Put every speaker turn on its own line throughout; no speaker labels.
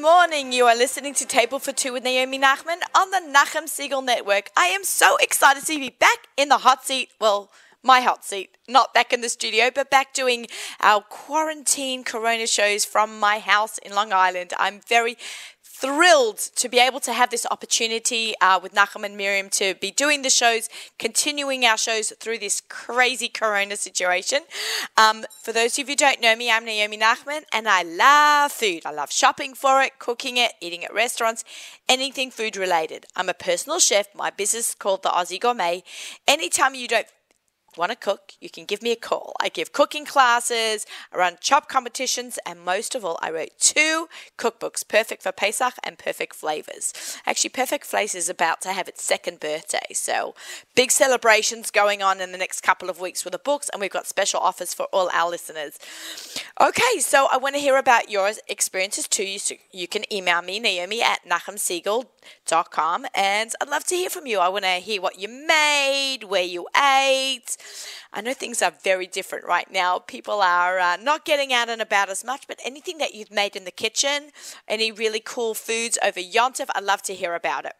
morning. You are listening to Table for Two with Naomi Nachman on the Nachum Siegel Network. I am so excited to be back in the hot seat. Well, my hot seat, not back in the studio, but back doing our quarantine corona shows from my house in Long Island. I'm very thrilled to be able to have this opportunity uh, with Nachum and Miriam to be doing the shows, continuing our shows through this crazy corona situation. Um, for those of you who don't know me, I'm Naomi Nachman and I love food. I love shopping for it, cooking it, eating at restaurants, anything food related. I'm a personal chef. My business is called the Aussie Gourmet. Anytime you don't want to cook, you can give me a call. I give cooking classes, I run chop competitions, and most of all, I wrote two cookbooks, Perfect for Pesach and Perfect Flavors. Actually, Perfect Flavors is about to have its second birthday, so big celebrations going on in the next couple of weeks with the books, and we've got special offers for all our listeners. Okay, so I want to hear about your experiences too. You, you can email me, Naomi at nachumsiegel.com, and I'd love to hear from you. I want to hear what you made, where you ate, I know things are very different right now. People are uh, not getting out and about as much, but anything that you've made in the kitchen, any really cool foods over Yontif, I'd love to hear about it.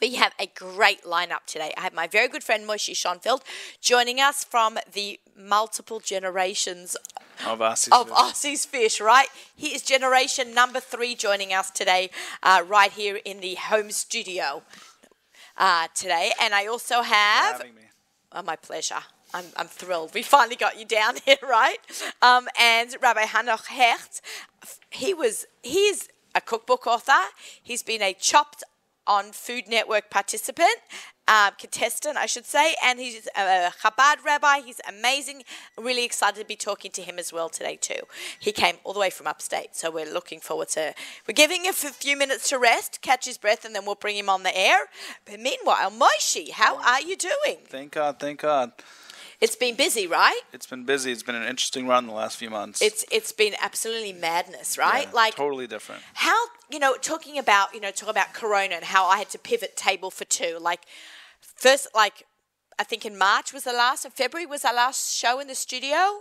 We have a great lineup today. I have my very good friend Moshe Schoenfeld joining us from the multiple generations
of Aussie's,
of
Fish.
Aussie's Fish, right? He is generation number three joining us today, uh, right here in the home studio uh, today. And I also have
having me.
Oh, my pleasure. I'm, I'm thrilled. We finally got you down here, right? Um, and Rabbi Hanoch Hecht, he was he is a cookbook author. He's been a Chopped on Food Network participant, um, contestant, I should say, and he's a Chabad rabbi. He's amazing. Really excited to be talking to him as well today too. He came all the way from upstate, so we're looking forward to. We're giving him a few minutes to rest, catch his breath, and then we'll bring him on the air. But meanwhile, Moishi, how are you doing?
Thank God, thank God.
It's been busy, right?
It's been busy. It's been an interesting run the last few months.
It's it's been absolutely madness,
Yeah,
right? like
totally different.
how you know talking about you know talk about Corona and how I had to pivot table for two. Like first, like I think in March was the last, and February was our last show in the studio,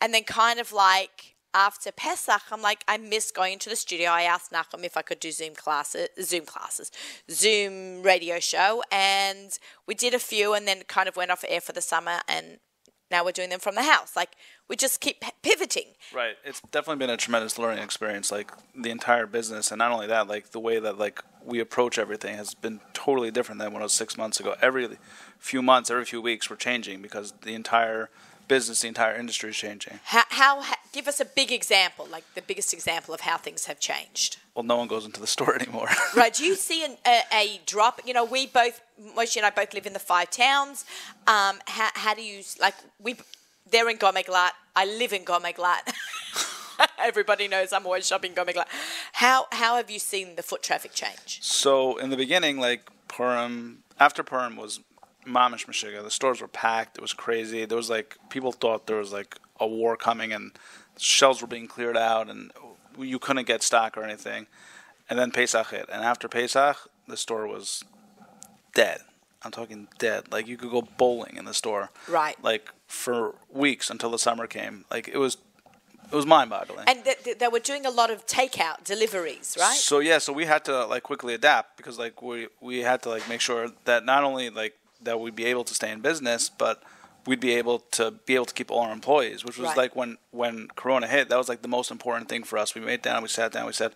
and then kind of like. After Pesach, I'm like, I miss going to the studio. I asked Nachum if I could do Zoom classes, Zoom classes, Zoom radio show, and we did a few, and then kind of went off air for the summer, and now we're doing them from the house. Like we just keep p- pivoting.
Right. It's definitely been a tremendous learning experience, like the entire business, and not only that, like the way that like we approach everything has been totally different than when it was six months ago. Every few months, every few weeks, we're changing because the entire business, the entire industry is changing.
How, how ha- give us a big example, like the biggest example of how things have changed.
Well, no one goes into the store anymore.
Right? Do you see an, a, a drop? You know, we both, Moshe and I both live in the five towns. Um, how, how do you like? We they're in Gomeglat. I live in Gomeglat. Everybody knows I'm always shopping Gomeglat. How how have you seen the foot traffic change?
So in the beginning, like Purim, after Purim was Mamish Meshuggah. The stores were packed. It was crazy. There was like people thought there was like a war coming, and shelves were being cleared out, and you couldn't get stock or anything. And then Pesach hit, and after Pesach, the store was dead. I'm talking dead. Like you could go bowling in the store,
Right.
Like for weeks until the summer came. Like it was, it was mind-boggling.
And th- th- they were doing a lot of takeout deliveries, right?
So yeah, so we had to like quickly adapt because like we we had to like make sure that not only like that we'd be able to stay in business, but we'd be able to be able to keep all our employees, which was
Right.
like when when Corona hit, that was like the most important thing for us. We made down, we sat down, we said,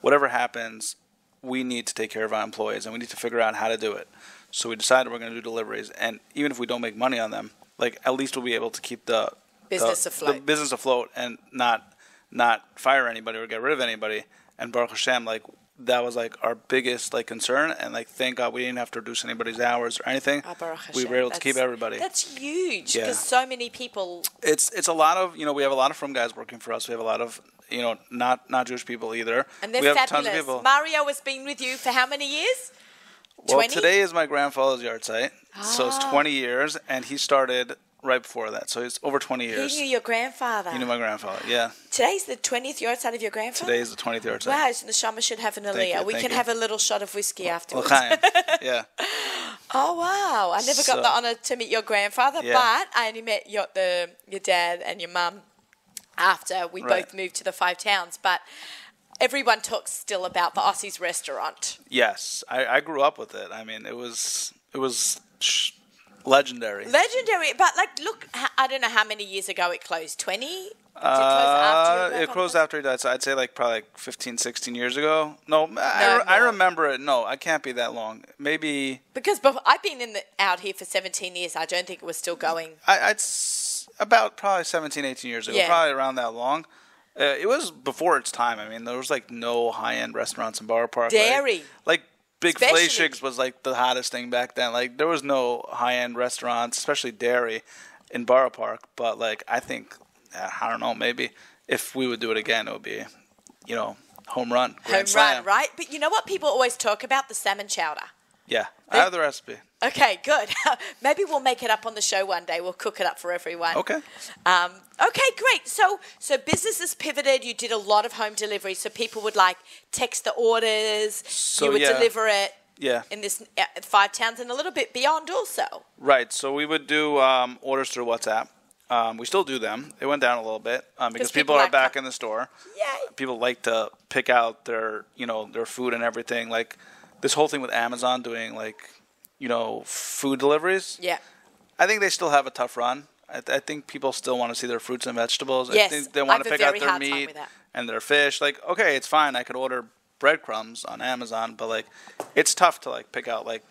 whatever happens, we need to take care of our employees and we need to figure out how to do it. So we decided we're going to do deliveries, and even if we don't make money on them, like at least we'll be able to keep the
Business
the,
afloat.
the business afloat and not not fire anybody or get rid of anybody. And Baruch Hashem, like that was like our biggest like concern, and like thank God we didn't have to reduce anybody's hours or anything.
Ah, Baruch
we
Hashem.
were able to
That's-
keep everybody.
That's huge
Yeah.
because so many people
It's it's a lot of you know we have a lot of from guys working for us. We have a lot of you know not not Jewish people either.
And they're
we have
fabulous.
tons of people.
Mario has been with you for how many years?
well,
20?
today is my grandfather's yard site, so it's
Ah.
20 years, and he started right before that, so it's over 20
He
years.
knew your grandfather.
You knew my grandfather, yeah.
Today's the 20th yard side of your grandfather?
Today is the 20th yard site.
Wow, so the Shama should have an
Thank
Aliyah.
you,
We
thank
can
you.
have a little shot of whiskey afterwards.
L'chaim. yeah.
Oh, wow. I never got
So-
the honor to meet your grandfather,
Yeah.
but I only met your, the, your dad and your mum after we
Right.
both moved to the Five Towns. But everyone talks still about the Aussies restaurant.
Yes, I, I grew up with it. I mean, it was it was sh- legendary.
Legendary, but like, look, h- I don't know how many years ago it closed. Twenty? Did it close
Uh,
after you
it
got
closed
home?
after he died, so I'd say like probably like 15, 16 years ago. No, I,
No,
I
no.
remember it. No, I can't be that long. Maybe
because before, I've been in the, out here for seventeen years. I don't think it was still going.
I, I'd s- about probably 17, 18 years ago,
Yeah.
probably around that long. Uh, it was before its time. I mean, there was like no high end restaurants in Bar Park. like-
Dairy.
Like, Big
Especially-
Fleischigs was like the hottest thing back then. Like, there was no high end restaurants, especially dairy, in Bar Park. But, like, I think, uh, I don't know, maybe if we would do it again, it would be, you know, home run. Grand
Home
slam.
run, right? But you know what people always talk about the salmon chowder.
Yeah. I have the recipe.
Okay, good. Maybe we'll make it up on the show one day. We'll cook it up for everyone.
Okay.
Um, okay, great. So, so businesses pivoted. You did a lot of home delivery, so people would like text the orders.
So,
you would
yeah.
deliver it
Yeah.
in this uh, five towns and a little bit beyond, also.
Right. So we would do um, orders through WhatsApp. Um, we still do them. It went down a little bit um, because
'Cause people
people, are
like
back
to-
in the store.
Yay.
People like to pick out their, you know, their food and everything. Like this whole thing with Amazon doing like, you know, food deliveries.
Yeah.
I think they still have a tough run. I, th- I think people still want to see their fruits and vegetables.
Yes,
I think they
I
want
have
to
a
pick out
very
their
hard time
meat
with that.
and their fish. Like, okay, it's fine. I could order breadcrumbs on Amazon, but like, it's tough to like pick out like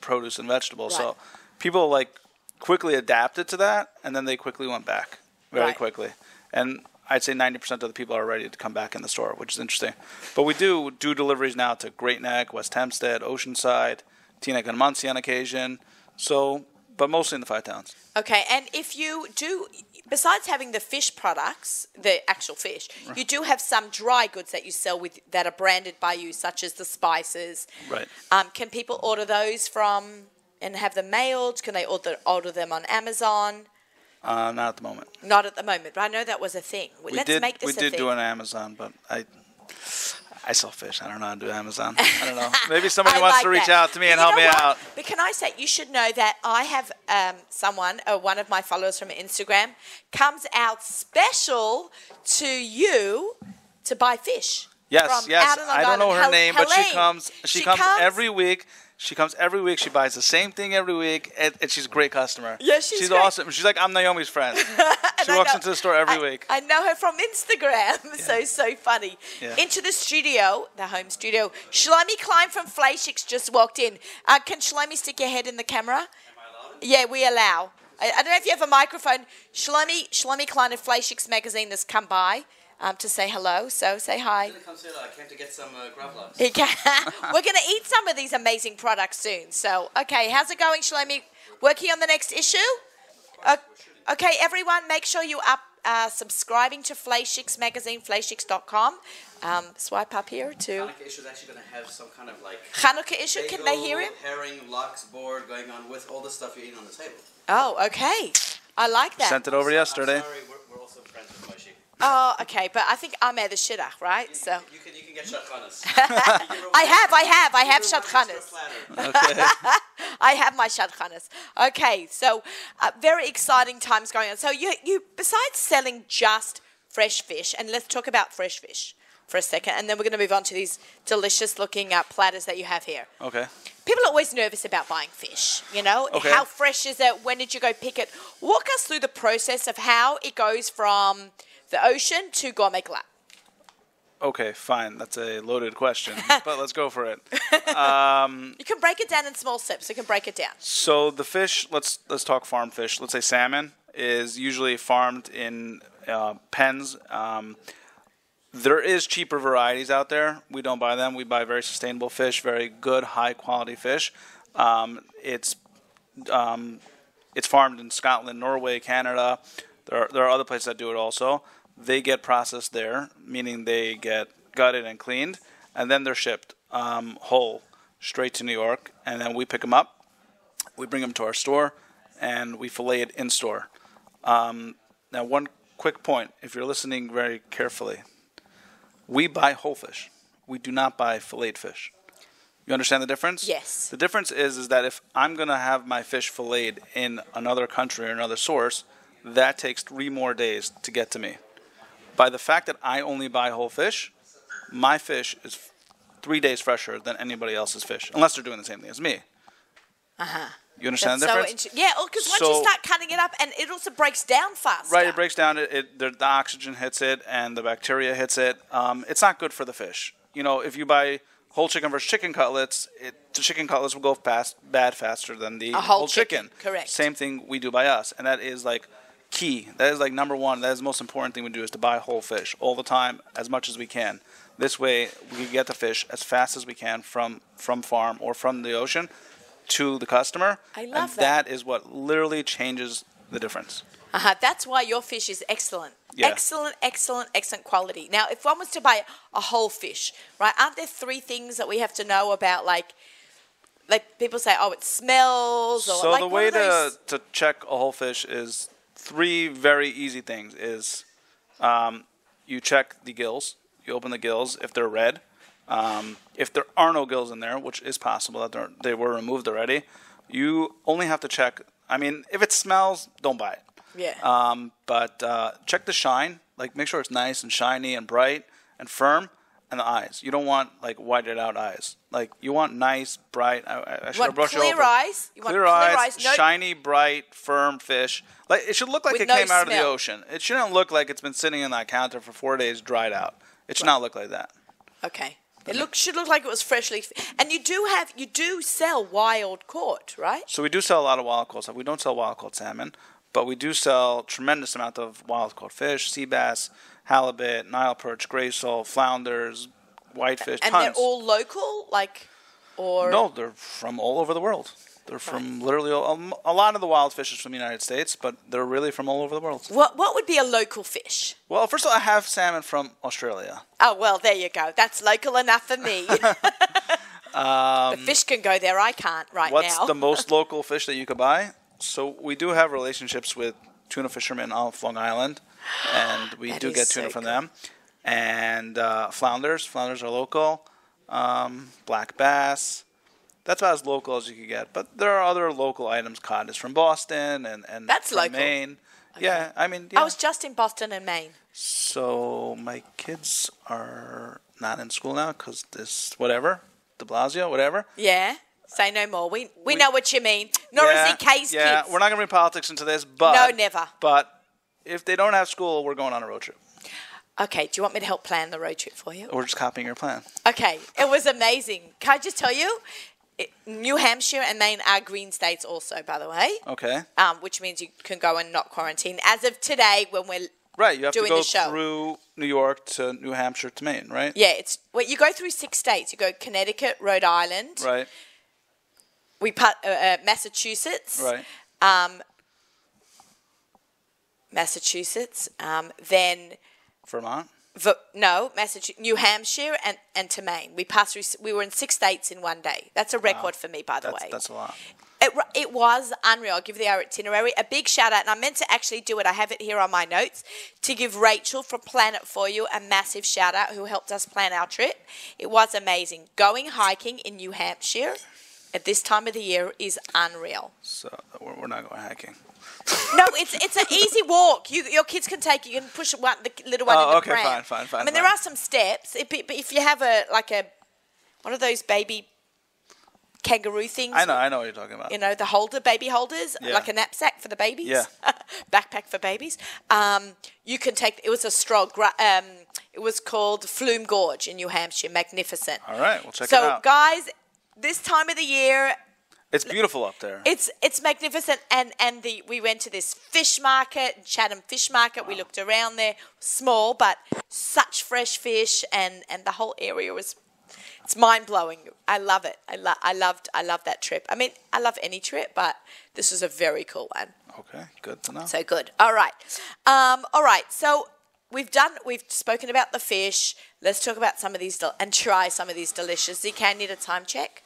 produce and vegetables.
Right.
So people like quickly adapted to that, and then they quickly went back very
Right.
quickly. And I'd say ninety percent of the people are ready to come back in the store, which is interesting. But we do do deliveries now to Great Neck, West Hempstead, Oceanside, Teaneck and Muncie on occasion. So, but mostly in the five towns.
Okay, and if you do, besides having the fish products, the actual fish, you do have some dry goods that you sell with that are branded by you, such as the spices.
Right.
Um, can people order those from and have them mailed? Can they order order them on Amazon?
Uh, not at the moment.
Not at the moment, but I know that was a thing.
We
Let's
did.
make this
we
a
did
thing.
do an Amazon, but I. I sell fish. I don't know how to do Amazon. I don't know. Maybe somebody
I
wants
like
to reach
that.
out to me
But
and
you
help
know
me
what?
out.
But can I say, you should know that I have um, someone, uh, one of my followers from Instagram, comes out special to you to buy fish.
Yes,
from
yes.
out in Long
I don't know
Island.
her
Hel-
name, but
Helene.
she comes. She, comes, every week. She comes every week. She buys the same thing every week, and, and she's a great customer.
Yeah, she's
she's
great.
awesome. She's like I'm Naomi's friend. she
I
walks
know-
into the store every
I-
week.
I know her from Instagram. So, so funny.
Yeah.
Into the studio, the home studio. Shlomi Klein from Flashix just walked in. Uh, can Shlomi stick your head in the camera? Yeah, we allow. I, I don't know if you have a microphone. Shlomi, Shlomi Klein of Flashix magazine has come by um, to say hello. So say hi.
didn't come say that. I came to get some uh, gravlax.
He ca- We're going to eat some of these amazing products soon. So, okay, how's it going, Shlomi? Working on the next issue? O- okay, everyone, make sure you up uh, subscribing to Flashix magazine, flashix.com. Um, swipe up here to
Hanukkah issue is actually going to have some kind of like.
Hanukkah issue. Can they hear him?
bagel, Herring, lox board going on with all the stuff you're eating on the table.
Oh, okay. I like that.
Sent it over yesterday.
I'm sorry, we're, we're also friends with Moshi.
Oh, okay, but I think I'm the shidduch, right? So
You can, you can get shotgunas.
I have, I have, I have shadchanas. I have my shadchanas. Okay, so uh, very exciting times going on. So you, you besides selling just fresh fish, and let's talk about fresh fish for a second, and then we're going to move on to these delicious looking uh, platters that you have here.
Okay.
People are always nervous about buying fish. You know,
Okay.
how fresh is it? When did you go pick it? Walk us through the process of how it goes from the ocean to gourmet club.
Okay. Fine. That's a loaded question, but let's go for it.
You can break it down in small steps. You can break it down.
So the fish, let's let's talk farm fish. Let's say salmon is usually farmed in uh, pens. Um, there is cheaper varieties out there. We don't buy them. We buy very sustainable fish, very good, high quality fish. Um, it's it's farmed in Scotland, Norway, Canada. There are, there are other places that do it also. They get processed there, meaning they get gutted and cleaned, and then they're shipped um, whole straight to New York, and then we pick them up. We bring them to our store, and we fillet it in store. Um, now, one quick point: if you're listening very carefully, we buy whole fish. We do not buy filleted fish. You understand the difference?
Yes.
The difference is is that if I'm going to have my fish filleted in another country or another source, that takes three more days to get to me. By the fact that I only buy whole fish, my fish is three days fresher than anybody else's fish, unless they're doing the same thing as me. Uh huh. You understand
Uh-huh. That's so
the difference?
interesting. Yeah, because once you
So-
start cutting it up, and it also breaks down faster.
Right, it breaks down. It, it the, the oxygen hits it, and the bacteria hits it. Um, it's not good for the fish. You know, if you buy whole chicken versus chicken cutlets, it, the chicken cutlets will go fast, bad faster than the
A whole
chicken.
chicken, correct.
Same thing we do by us, and that is like key. That is like number one. That is the most important thing we do is to buy whole fish all the time, as much as we can. This way, we get the fish as fast as we can from from farm or from the ocean to the customer.
I
and
love that.
That is what literally changes the difference.
Uh-huh. That's why your fish is excellent.
Yeah.
Excellent, excellent, excellent quality. Now, if one was to buy a whole fish, right, aren't there three things that we have to know about? Like, like people say, oh, it smells. Or,
so
like,
the uh,
what
way
are those-
to, to check a whole fish is three very easy things is um, you check the gills you open the gills if they're red um, if there are no gills in there which is possible that they're- they were removed already you only have to check i mean if it smells don't buy it
Yeah.
um, but uh, check the shine. Like make sure it's nice and shiny and bright and firm. And the eyes. You don't want like whited out eyes. Like you want nice, bright. I- I, I should
want
have brushed it
clear
over.
eyes. You want
clear
clear
eyes.
eyes, no-
Shiny, bright, firm fish. Like it should look like
With
it
no
came out of the
smell.
ocean. It shouldn't look like it's been sitting in that counter for four days, dried out. It should not look like that.
okay. It look, should look like it was freshly. And you do have, you do sell wild caught, right?
So we do sell a lot of wild caught stuff. We don't sell wild caught salmon, but we do sell tremendous amount of wild caught fish, sea bass, halibut, Nile perch, gray sole, flounders, whitefish,
And
tons.
they're all local, like, or
no, they're from all over the world. They're from literally all, um, a lot of the wild fish is from the United States, but they're really from all over the world.
what? What would be a local fish?
Well, first of all, I have salmon from Australia.
Oh well, there you go. That's local enough for me. the fish can go there. I can't right
Um, What's
now.
the most local fish that you could buy? So we do have relationships with tuna fishermen off Long Island, and we
That
do
is
get tuna
so
from
cool.
them. And uh, flounders, flounders are local. Um, black bass, that's about as local as you could get. But there are other local items. Cod is from Boston, and and
That's
from
local.
Maine. Yeah, I mean, yeah.
I was just in Boston and Maine.
So my kids are not in school now because this whatever, De Blasio, whatever.
Yeah. Say no more. We we, know what you mean. Nor is he K's
yeah,
kids.
we're not going to bring politics into this, but
No, never.
But if they don't have school, we're going on a road trip.
okay. Do you want me to help plan the road trip for you?
We're just copying your plan.
Okay. It was amazing. Can I just tell you? It, New Hampshire and Maine are green states, also, by the way,
Okay,
um, which means you can go and not quarantine as of today when we're
right? You have
doing
to go
the show.
through New York to New Hampshire to Maine, right?
Yeah, it's well, you go through six states. You go Connecticut, Rhode Island,
Right.
we part, uh, uh, Massachusetts,
Right.
um, Massachusetts, um, then
Vermont.
v- no Massachusetts, New Hampshire, and and to Maine. We passed through. s- We were in six states in one day. That's a record for me, by the
That's
way.
that's a lot.
It, ru- it was unreal. I'll give the itinerary a big shout out. And I meant to actually do it. I have it here on my notes to give Rachel from Planet For You a massive shout out who helped us plan our trip. It was amazing. Going hiking in New Hampshire at this time of the year is unreal.
So we're, we're not going hiking.
No, it's it's an easy walk. You, your kids can take. You can push one, the little one
Oh,
in the
okay,
pram.
fine, fine, fine,
I mean, there
fine.
are some steps. It, but but if you have a like a one of those baby kangaroo things,
I know, I know what you're talking about.
you know, the holder, baby holders,
Yeah.
like a knapsack for the babies,
Yeah.
backpack for babies. Um, you can take. It was a stroll. gra- Um, it was called Flume Gorge in New Hampshire. Magnificent.
All right, we'll check
so,
it out.
guys, this time of the year,
it's beautiful up there.
it's it's magnificent. And and the we went to this fish market, Chatham Fish Market. We looked around there, small but such fresh fish, and and the whole area was. It's mind blowing. I love it. I, lo- I loved. I loved that trip. I mean, I love any trip, but this was a very cool one.
okay, good to know.
So good. All right. Um, all right. So we've done. We've spoken about the fish. Let's talk about some of these del- and try some of these delicious. ZK, I need a time check.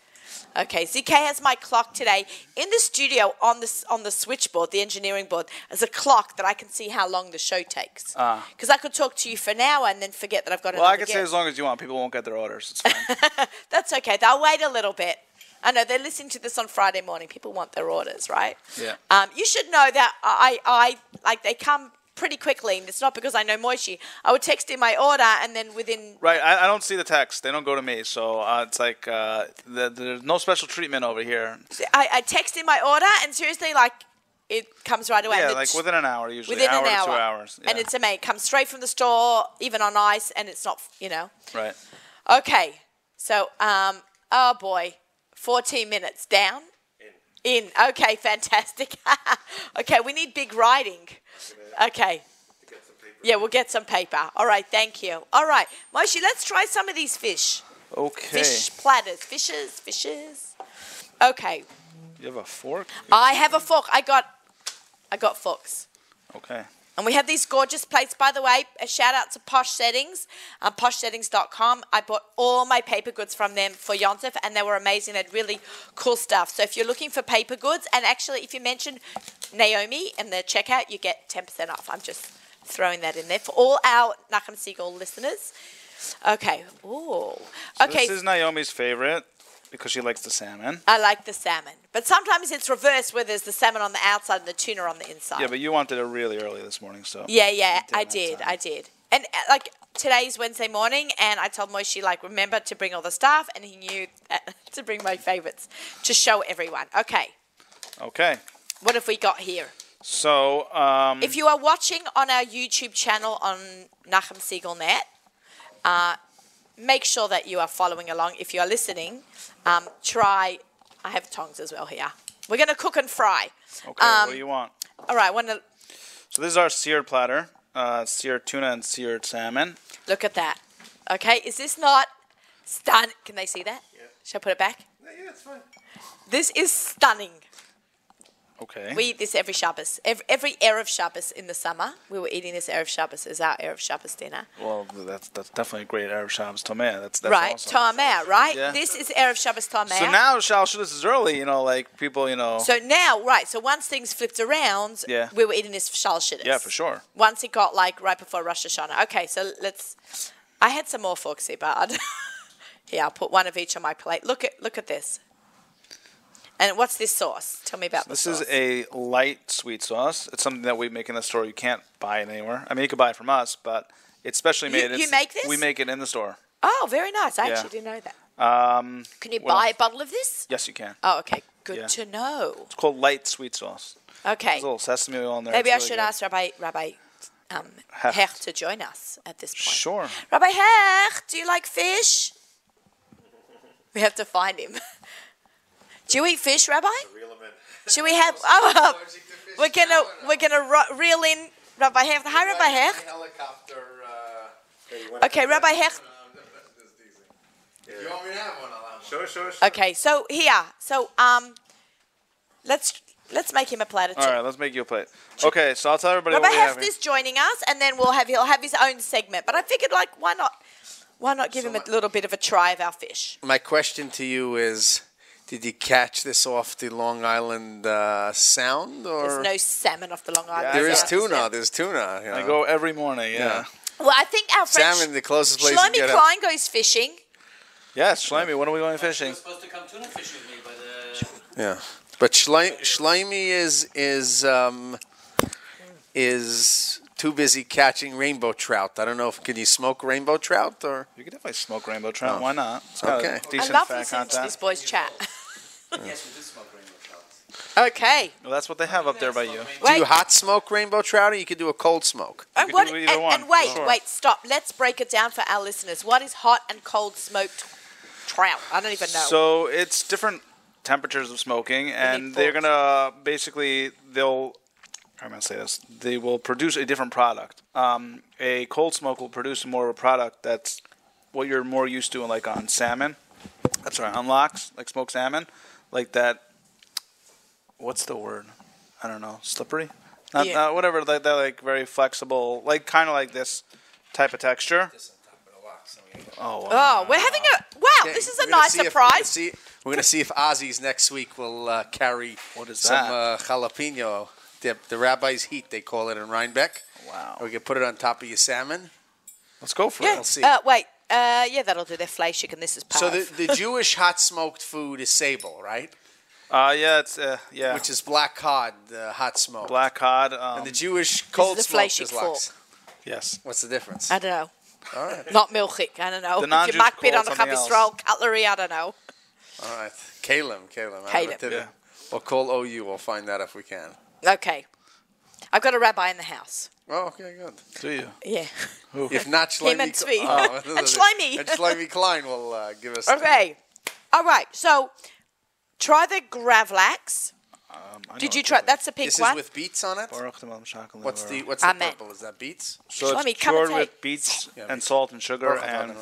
Okay, ZK has my clock today in the studio on this on the switchboard, the engineering board, is a clock that I can see how long the show takes. Because I could talk to you for an hour and then forget that I've got
Ah. well, I
another
can
guest.
say as long as you want. People won't get their orders. It's fine.
That's okay. They'll wait a little bit. I know they're listening to this on Friday morning. People want their orders, right?
Yeah.
Um, you should know that I, I like they come pretty quickly, and it's not because I know Moishi. I would text in my order, and then within
Right, I, I don't see the text. They don't go to me, so uh, it's like uh, the, there's no special treatment over here.
I, I text in my order, and seriously, like it comes right away.
Yeah,
And
like
it's-
within an hour usually,
within
hour
an hour,
to two hours,
and
Yeah.
it's amazing. It comes straight from the store, even on ice, and it's not you know.
right.
Okay, so um, oh boy, fourteen minutes down. In. Okay, fantastic. okay, we need big writing. Okay. Yeah, we'll get some paper. All right, thank you. All right, Moshi, let's try some of these fish.
Okay.
Fish platters, fishes, fishes. Okay,
You have a fork.
I have a fork. I got, I got forks.
Okay.
And we have these gorgeous plates, by the way. A shout out to Posh Settings, um, poshsettings.com. I bought all my paper goods from them for Yontif, and they were amazing. They had really cool stuff. So if you're looking for paper goods, and actually, if you mention Naomi in the checkout, you get 10% off. I'm just throwing that in there for all our Nakam Seagull listeners. Okay. Ooh. Okay.
This is Naomi's favorite because she likes the salmon.
I like the salmon. But sometimes it's reversed where there's the salmon on the outside and the tuna on the inside.
Yeah, but you wanted it really early this morning, so.
Yeah, yeah,
did
I
at that
did,
time.
I did. And uh, like today's Wednesday morning, and I told Moshi like remember to bring all the stuff, and he knew that, to bring my favorites to show everyone. Okay,
Okay.
what have we got here?
So, um,
If you are watching on our YouTube channel on Nachum Siegelnet, uh, make sure that you are following along. If you are listening, um, try. I have tongs as well here. We're gonna cook and fry.
okay,
um,
what do you want?
All right, want to
So this is our seared platter, uh, seared tuna and seared salmon.
Look at that. Okay, is this not stunning? Can they see that? Yeah. Shall I put it back?
yeah, it's fine.
This is stunning.
Okay.
We eat this every Shabbos. Every, every Erev Shabbos in the summer, we were eating this Erev Shabbos as our Erev Shabbos dinner.
well, that's that's definitely a great Arab Shabbos tomea. That's that's
right?
awesome.
Tamea, right?
Yeah.
This is Erev Shabbos Tamea.
So now, Shabbos, this is early. You know, like people, you know.
So now, right, so once things flipped around,
Yeah.
we were eating this Shalshidis.
yeah, for sure.
Once it got like right before Rosh Hashanah. Okay, so let's. I had some more forks here, but I'd- here I'll put one of each on my plate. Look at look at this. And what's this sauce? Tell me about
This
the sauce.
is a light sweet sauce. It's something that we make in the store. You can't buy it anywhere. I mean, you could buy it from us, but it's specially made. It's-
you make this?
We make it in the store.
oh, very nice. I
Yeah.
actually didn't know that.
Um,
Can you
well-
buy a bottle of this?
yes, you can.
Oh, okay. Good
Yeah.
to know.
It's called light sweet sauce.
Okay.
There's a little sesame oil in there.
Maybe I
It's really
should
good.
ask Rabbi Rabbi um,
Hecht.
Hecht to join us at this point.
Sure.
Rabbi Hecht, do you like fish? We have to find him. Do you eat fish, Rabbi?
Reel 'em in.
Should we have? Oh, uh,
Allergic to fish
we're gonna
now or not?
we're gonna ro- reel in Rabbi Hecht. Hi,
Like
Rabbi
the
Hecht.
Helicopter. Uh,
Okay, Rabbi Hecht.
If you want me to have one, I'll have one.
Sure, sure, sure.
Okay, so here, so um, let's let's make him a platter too.
All right, let's make you a plate. Okay, so I'll tell everybody
Robert
what we have.
Heft is joining us, and then we'll have he'll have his own segment. But I figured, like, why not? Why not give
So
him a
my-
little bit of a try of our fish?
My question to you is Did you catch this off the Long Island uh, Sound? or
There's no salmon off the Long Island.
There
Yeah,
is
yeah.
tuna. There's tuna. You
here.
know.
I go every morning. Yeah.
Well, I think our friend
Salmon, the closest place you
Shlomi
get up.
Klein goes fishing.
Yes, Shlomi, when are we going
You
fishing?
were supposed to come tuna fishing with me, but uh,
Yeah. But Shlime, Shlimey is is um, is too busy catching rainbow trout. I don't know if can you smoke rainbow trout or
You could definitely smoke rainbow trout.
Oh.
Why not? It's got
Okay. I
a Decent
I love
fat
listening to
content.
these boys chat.
yes, we did smoke rainbow shots.
okay.
Well, that's what they have up there by you.
Wait.
do you hot smoke rainbow trout or you could do a cold smoke?
And,
could
what,
do
and,
either one,
and wait,
for sure.
wait, stop. Let's break it down for our listeners. What is hot and cold smoked trout? I don't even know.
So it's different temperatures of smoking, and they're
forks.
gonna basically they'll. I'm gonna say this. They will produce a different product. Um, a cold smoke will produce more of a product that's what you're more used to, like on salmon. That's right, on lox, like smoked salmon, like that. What's the word? I don't know. Slippery. Not,
Yeah.
not whatever. Like that, like very flexible, like kind of like this type of texture.
This on top of the locks. I mean,
Oh, wow.
oh, we're having a wow. This is a
We're gonna
nice
see if- we're gonna
surprise.
see- We're going to see if Ozzy's next week will uh, carry
What is
some
that?
uh, jalapeno dip, the rabbi's heat they call it in Rhinebeck.
Wow.
We can put it on top of your salmon.
Let's go for
Yeah.
it.
We'll see.
Uh, wait. Uh, yeah, that'll do. They're flashing, and this is
So
parve.
the, the Jewish hot smoked food is sable, right?
Uh, yeah, it's uh, yeah,
which is black cod, the hot smoke.
black cod. Um,
And the Jewish cold
the
smoke
Fleischig
is lox.
yes,
What's the difference?
I don't know.
All right,
Not milchik. I don't know. If
The
you mark
non-Jews
bit on
call
a
it something
cubby's
else.
roll, cutlery, I don't know.
all right. Caleb, Caleb.
Kalem.
Yeah.
Or call OU. We'll find out if we can.
Okay. I've got a rabbi in the house.
Oh, okay, good.
do you?
Yeah.
If not, Shlomi
and
Kl-
Zvi.
Oh,
And Shlomi.
And Shlomi Klein will uh, give us.
Okay. All right. So try the Gravlax.
Um, I know
Did you
it's
try?
like
That's the pink
This
one.
is with beats on it.
Baruch Tum Elam Shakal
What's the
Levar.
what's the
Amen.
purple? Is that beats?
so
Shlomi,
it's
come and
cured with
take-
beets
Yeah,
and
beets.
salt and sugar and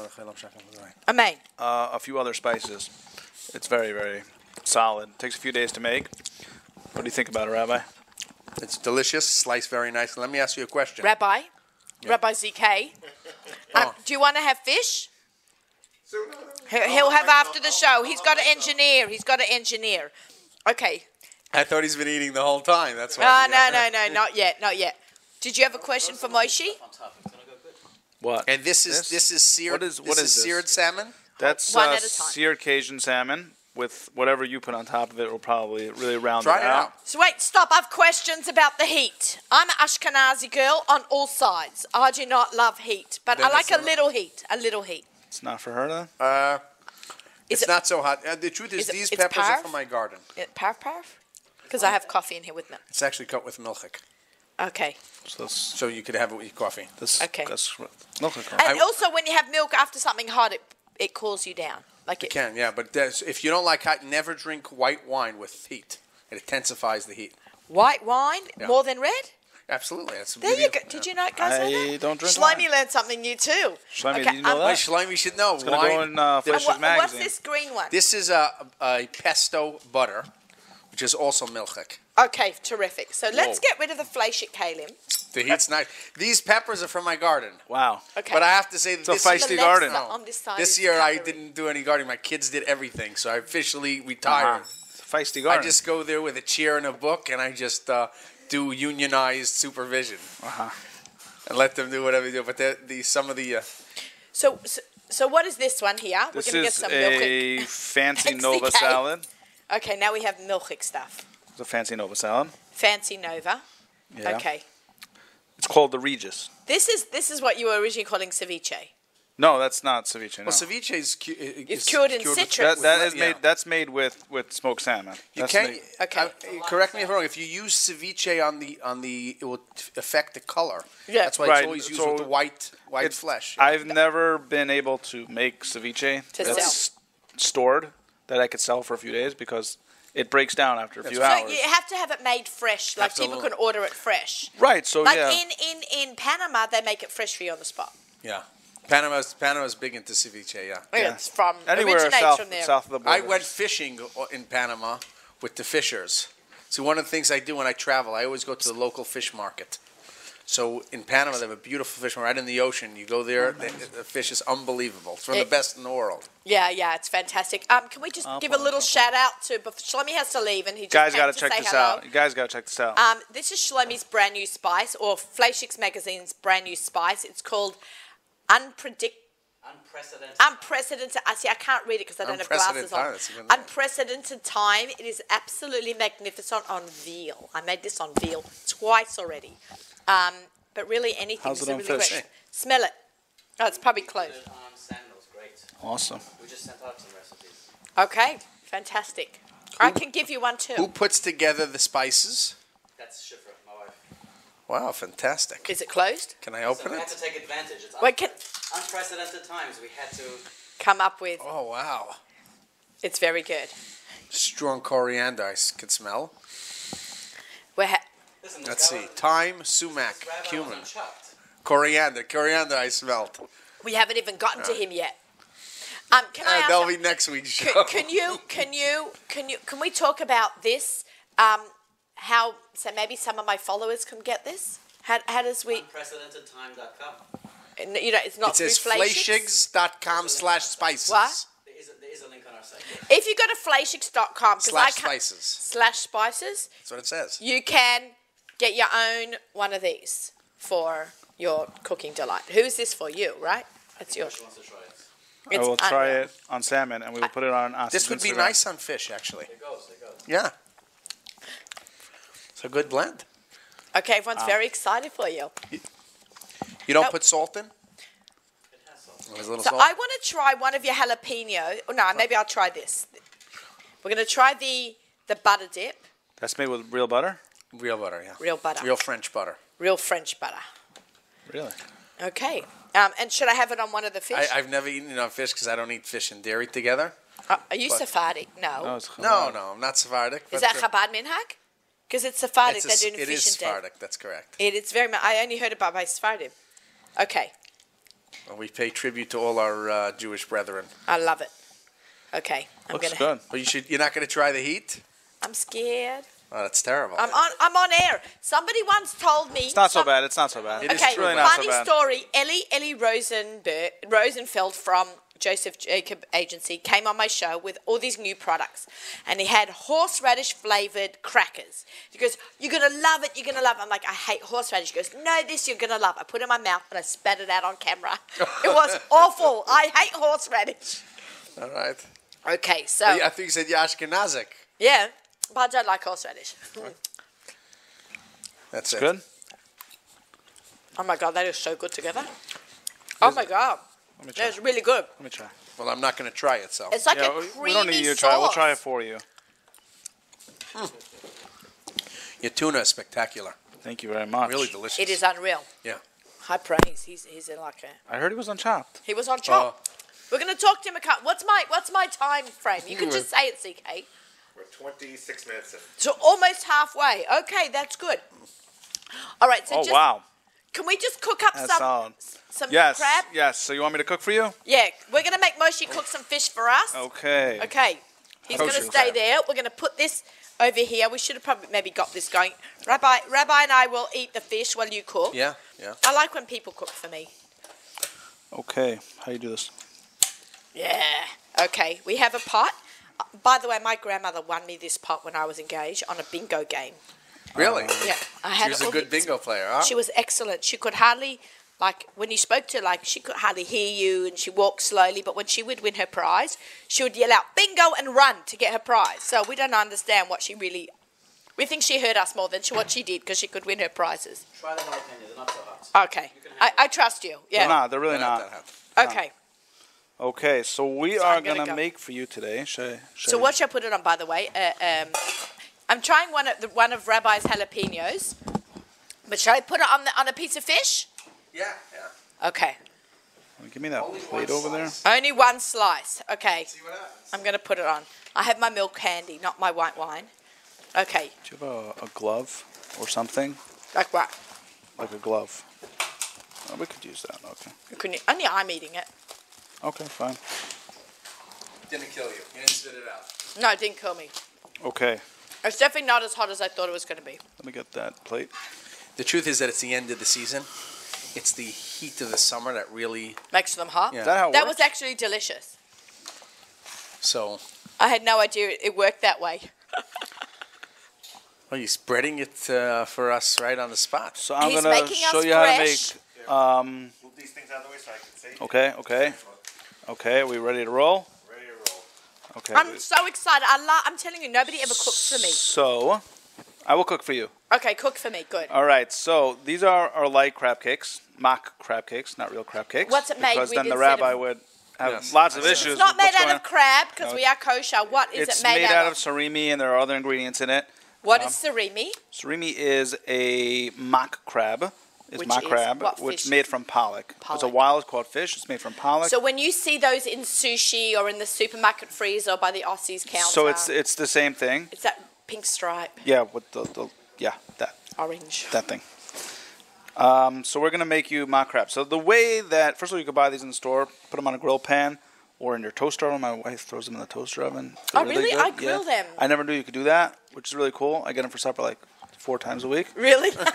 Amen.
uh, a few other spices. It's very very solid. takes a few days to make. What do you think about it, Rabbi?
It's delicious, sliced very nicely. Let me ask you a question.
Rabbi. Rabbi ZK. Um,
Oh.
do you want to have fish? He- He'll have after the show. He's got an engineer. He's got an engineer. Okay.
I thought he's been eating the whole time. That's why.
No, no, no, no, not yet, not yet. Did you have a question for Moishi?
On top, it's gonna go good.
What?
And this is this is seared.
What is- what
this
is this?
seared salmon?
That's
One
uh,
at a time.
seared Cajun salmon with whatever you put on top of it will probably really round
Try
it
it out.
So wait, stop. I've questions about the heat. I'm an Ashkenazi girl on all sides. I do not love heat, but
Then
I like
it's
a
not-
little heat. A little heat.
It's not for her then.
Uh,
Is
it's
it-
not so hot. Uh, the truth is,
is it-
these
it's
peppers
par?
are from my garden.
Yeah, Parf parf? Because I have coffee in here with milk.
It's actually cut with milchik,
Okay.
So this,
so you could have it with your coffee.
this
Okay.
That's, look,
And
I-
also, when you have milk after something hot, it it cools you down. Like
You
it.
can, yeah. But there's, if you don't like hot, never drink white wine with heat. It intensifies the heat.
White wine
Yeah.
more than red.
Absolutely. That's
There you go. Did you know, guys? know
I
that?
don't drink
Shlomi
wine.
learned something new too.
Shlomi,
okay,
did you know
um,
that?
My Shlomi should know.
gonna go
wine-
in, uh,
there-
and
Fisher's
what- and what's
Magazine.
this green one?
This is a, a pesto butter, which is also milchik.
Okay, terrific. So let's
Whoa.
get rid of the flacic kalim.
The heat's nice. These peppers are from my garden.
wow.
Okay.
But I have to say,
a
this,
feisty The
legs
garden.
are on this side
this
is
year I
cutlery.
didn't do any gardening. My kids did everything, so I officially retired.
Uh-huh. Feisty garden.
I just go there with a chair and a book, and I just uh, do unionized supervision
Uh-huh.
and let them do whatever they do. But the, the some of the uh,
So, so, so what is this one here? We're
This
gonna get
is
some milk.
a fancy
XCK.
Nova salad.
Okay, now we have milchic stuff.
It's a fancy Nova salad.
Fancy Nova.
Yeah.
Okay.
It's called the Regis.
This is this is what you were originally calling ceviche.
No, that's not ceviche. No.
well, ceviche is, cu- is
cured in
with-
citrus.
that that is
yeah.
made. That's made with, with smoked salmon.
You
That's
can
made-
Okay.
I- correct me if I'm wrong. If you use ceviche on the on the, it will t- affect the color.
Yeah.
that's why
Right,
it's always used
so
with the white white
it's-
flesh.
I've never been able to make ceviche
To
that's stored that I could sell for a few days because it breaks down after a few
So
hours.
you have to have it made fresh, like people
Absolutely.
can order it fresh.
Right. So
Like
Oh, yeah.
in, in, in Panama, they make it fresh for you on the spot.
yeah, Panama's Panama's big into ceviche. Yeah,
Yeah.
It's from
Anywhere
originates
south,
from there.
south of the border.
I went fishing in Panama with the fishers. So one of the things I do when I travel, I always go to the local fish market. So in Panama, they have a beautiful fish market right in the ocean. You go there, the, the fish is unbelievable. It's one of
It-
the best in the world.
Yeah, yeah, it's fantastic. Um, can we just
Up
give a
on
little
top.
shout out to? bef- Shlomi has to leave, and he just
guys,
got
gotta
to
check
say
this
hello.
out. You guys gotta check this out.
Um, this is Shlomi's brand new spice, or Flashix Magazine's brand new spice. It's called Unpredict.
Unprecedented.
Unprecedented. I see. I can't read it because I don't have glasses
Unprecedented time, that's a
on.
good word.
Unprecedented time. It is absolutely magnificent on veal. I made this on veal twice already, um, but really anything.
How's
is
it on
really
fish?
great. Smell it. Oh, it's probably close.
Good on sandals, great.
Awesome.
We just sent out some recipes.
Okay, fantastic. I can give you one too.
Who puts together the spices?
That's Shifra, my wife.
Wow, fantastic.
Is it closed?
Can I
So
open
we had to
it?
take advantage. It's
Wait, can
unprecedented times. We had to.
come up with.
Oh, wow.
It's very good.
Strong coriander I s- can smell.
We're ha-
Listen, this
Let's
guy
see.
was-
Thyme, sumac,
this rabbi was
cumin,
unchucked.
coriander. Coriander I Uh, smelled.
we haven't even gotten to him yet. Um, can I
Uh,
ask?
that'll be next week's
C-
show.
can you can you can you can we talk about this um how so maybe some of my followers can get this how, how does we
Unprecedentedtime.com.
n- you know it's not
It says
through Fleischigs.
fleischigs.com slash spices.
What?
There is, a, there is a link on our site.
if you go to fleischigs.com 'cause I
Slash
can't-
spices.
slash spices
That's what it says.
you can get your own one of these for your cooking delight who's this for you right that's yours
She wants to try it.
I will
It's
try
unreal.
it on salmon, and we will put it on Austin's
This would be
Instagram.
nice on fish, actually.
It goes, it goes.
Yeah. It's a good blend.
Okay, everyone's very excited for you.
You don't
Nope.
put salt in?
It has some.
There's a little
So
salt.
I want to try one of your jalapeno. Oh, no, maybe I'll try this. We're going to try the the butter dip,
That's made with real butter.
real butter, yeah.
real butter, real,
Real French butter.
French butter.
Really?
Okay. Um, and should I have it on one of the
I,
fish?
I've never eaten it on fish because I don't eat fish and dairy together.
Uh, Are you
but-
Sephardic? No.
Oh, it's
No, no, I'm not Sephardic.
Is
but,
that
uh,
Chabad Minhag? Because it's Sephardic.
it's a-
They're doing
It
fish
is
and dairy.
Sephardic, that's correct.
It, it's very much. I only heard about by Sephardim. Okay,
And We pay tribute to all our uh, Jewish brethren.
I love it. Okay, I'm
Looks
gonna.
good.
But you should, you're not going to try the heat?
I'm scared.
Oh, that's terrible.
I'm on. I'm on air. Somebody once told me.
It's not so
some-
bad. It's not so bad.
It is
okay,
true.
really not
funny
so bad.
story. Ellie Ellie Rosenberg, Rosenfeld from Joseph Jacob Agency came on my show with all these new products, and he had horseradish flavored crackers. He goes, "You're gonna love it. You're gonna love." It. I'm like, "I hate horseradish." He goes, "No, this you're gonna love." I put it in my mouth and I spat it out on camera. it was awful. I hate horseradish.
all right.
Okay, so
Oh, yeah, I think you said you're Ashkenazic.
yeah, but I don't like horseradish.
That's it.
It's good.
Oh my god, that is so good together. Oh my god,
Let me try.
that's really good.
Let me try.
Well, I'm not going to try it, so.
It's like
Yeah,
a
we-
creamy
we don't need you to
sauce.
try. We'll try it for you.
Your tuna is spectacular.
Thank you very much.
Really delicious.
It is unreal.
Yeah.
High praise. He's he's in like a.
I heard he was unchopped.
He was on top.
Oh.
Oh,
We're gonna talk to him. A cou- what's my what's my time frame? You
Hmm.
can just say it, CK.
We're 26 minutes in.
So almost halfway. Okay, that's good. All right. So
Oh
just,
wow,
Can we just cook up
that's
some
solid.
some
Yes,
crab?
yes. So you want me to cook for you?
Yeah. We're gonna make Moshi cook some fish for us.
Okay.
Okay. He's going to
Kosher
stay
crab.
there. We're going to put this over here. We should have probably maybe got this going. Rabbi, Rabbi and I will eat the fish while you cook.
Yeah, yeah.
I like when people cook for me.
Okay. How you do this?
Yeah. Okay, we have a pot. Uh, By the way, my grandmother won me this pot when I was engaged on a bingo game.
Really?
Um,
Yeah, I
She
had
was a
all
good
the-
bingo player, huh?
She was excellent. She could hardly, like, when you spoke to her, like, she could hardly hear you and she walked slowly. But when she would win her prize, she would yell out, bingo, and run to get her prize. So we don't understand what she really. We think she heard us more than she, what she did because she could win her prizes.
Try the jalapeno, they're not so hot.
Okay.
You can
I,
have
I trust you. Yeah.
They're not. They're really
They're not
not.
that hot.
Okay.
Okay. So we
So
are
I'm gonna
gonna
go.
make for you today. Should I, should
So
I-
what should I put it on, by the way? Uh, um, I'm trying one of the, one of Rabbi's jalapenos, but should I put it on the, on a piece of fish?
Yeah, yeah.
Okay,
Give me that
Only one
plate over there.
slice.
only one slice. Okay,
See what happens.
I'm gonna put it on. I have my milk handy, not my white wine. Okay,
Do you have a, a glove or something
like what?
like a glove? Oh, we could use that. Okay.
Couldn't you- only I'm eating it.
Okay. Fine.
Didn't kill you. You didn't spit it out.
No, it didn't kill me.
Okay.
It's definitely not as hot as I thought it was gonna be.
Let me get that plate.
The truth is that it's the end of the season. It's the heat of the summer that really
Makes them hot.
Yeah.
Is that how it
That
works?
was actually delicious.
so.
I had no idea it worked that way.
Well, he's spreading it uh, for us right on the spot.
So I'm
He's
gonna
making us
show you how to
fresh.
make. Um,
Move these things out of the way so I can see.
okay. Okay. Okay. Are we ready to roll?
Ready to roll.
Okay.
I'm so excited. I lo- I'm telling you, nobody ever cooks for me.
So, I will cook for you.
Okay, cook for me. Good.
All right. So these are our light crab cakes, mock crab cakes, not real crab cakes.
What's it made
Because
with
then the
instead
rabbi
of-
would have
Yes.
lots of
It's
issues.
It's not made
with what's
out
going
of
on.
crab because
No,
we are kosher. What is
It's
it made, out, of?
surimi, and there are other ingredients in it.
What is
um,
surimi?
Surimi is a mock crab. Is
Which
mock
is
crab,
what
which
fish?
made from pollock. It's a
Pollock.
wild caught fish. It's made from pollock.
So when you see those in sushi or in the supermarket freezer by the Aussies counter,
So it's it's the same thing.
it's that pink stripe,
Yeah, with the, the yeah that
orange.
that thing. Um, so we're gonna make you mock crab. So the way that first of all you can buy these in the store, put them on a grill pan or in your toaster oven. My wife throws them in the toaster oven. They're
Oh, really? I grill them.
I never knew you could do that, which is really cool. I get them for supper like four times a week.
Really?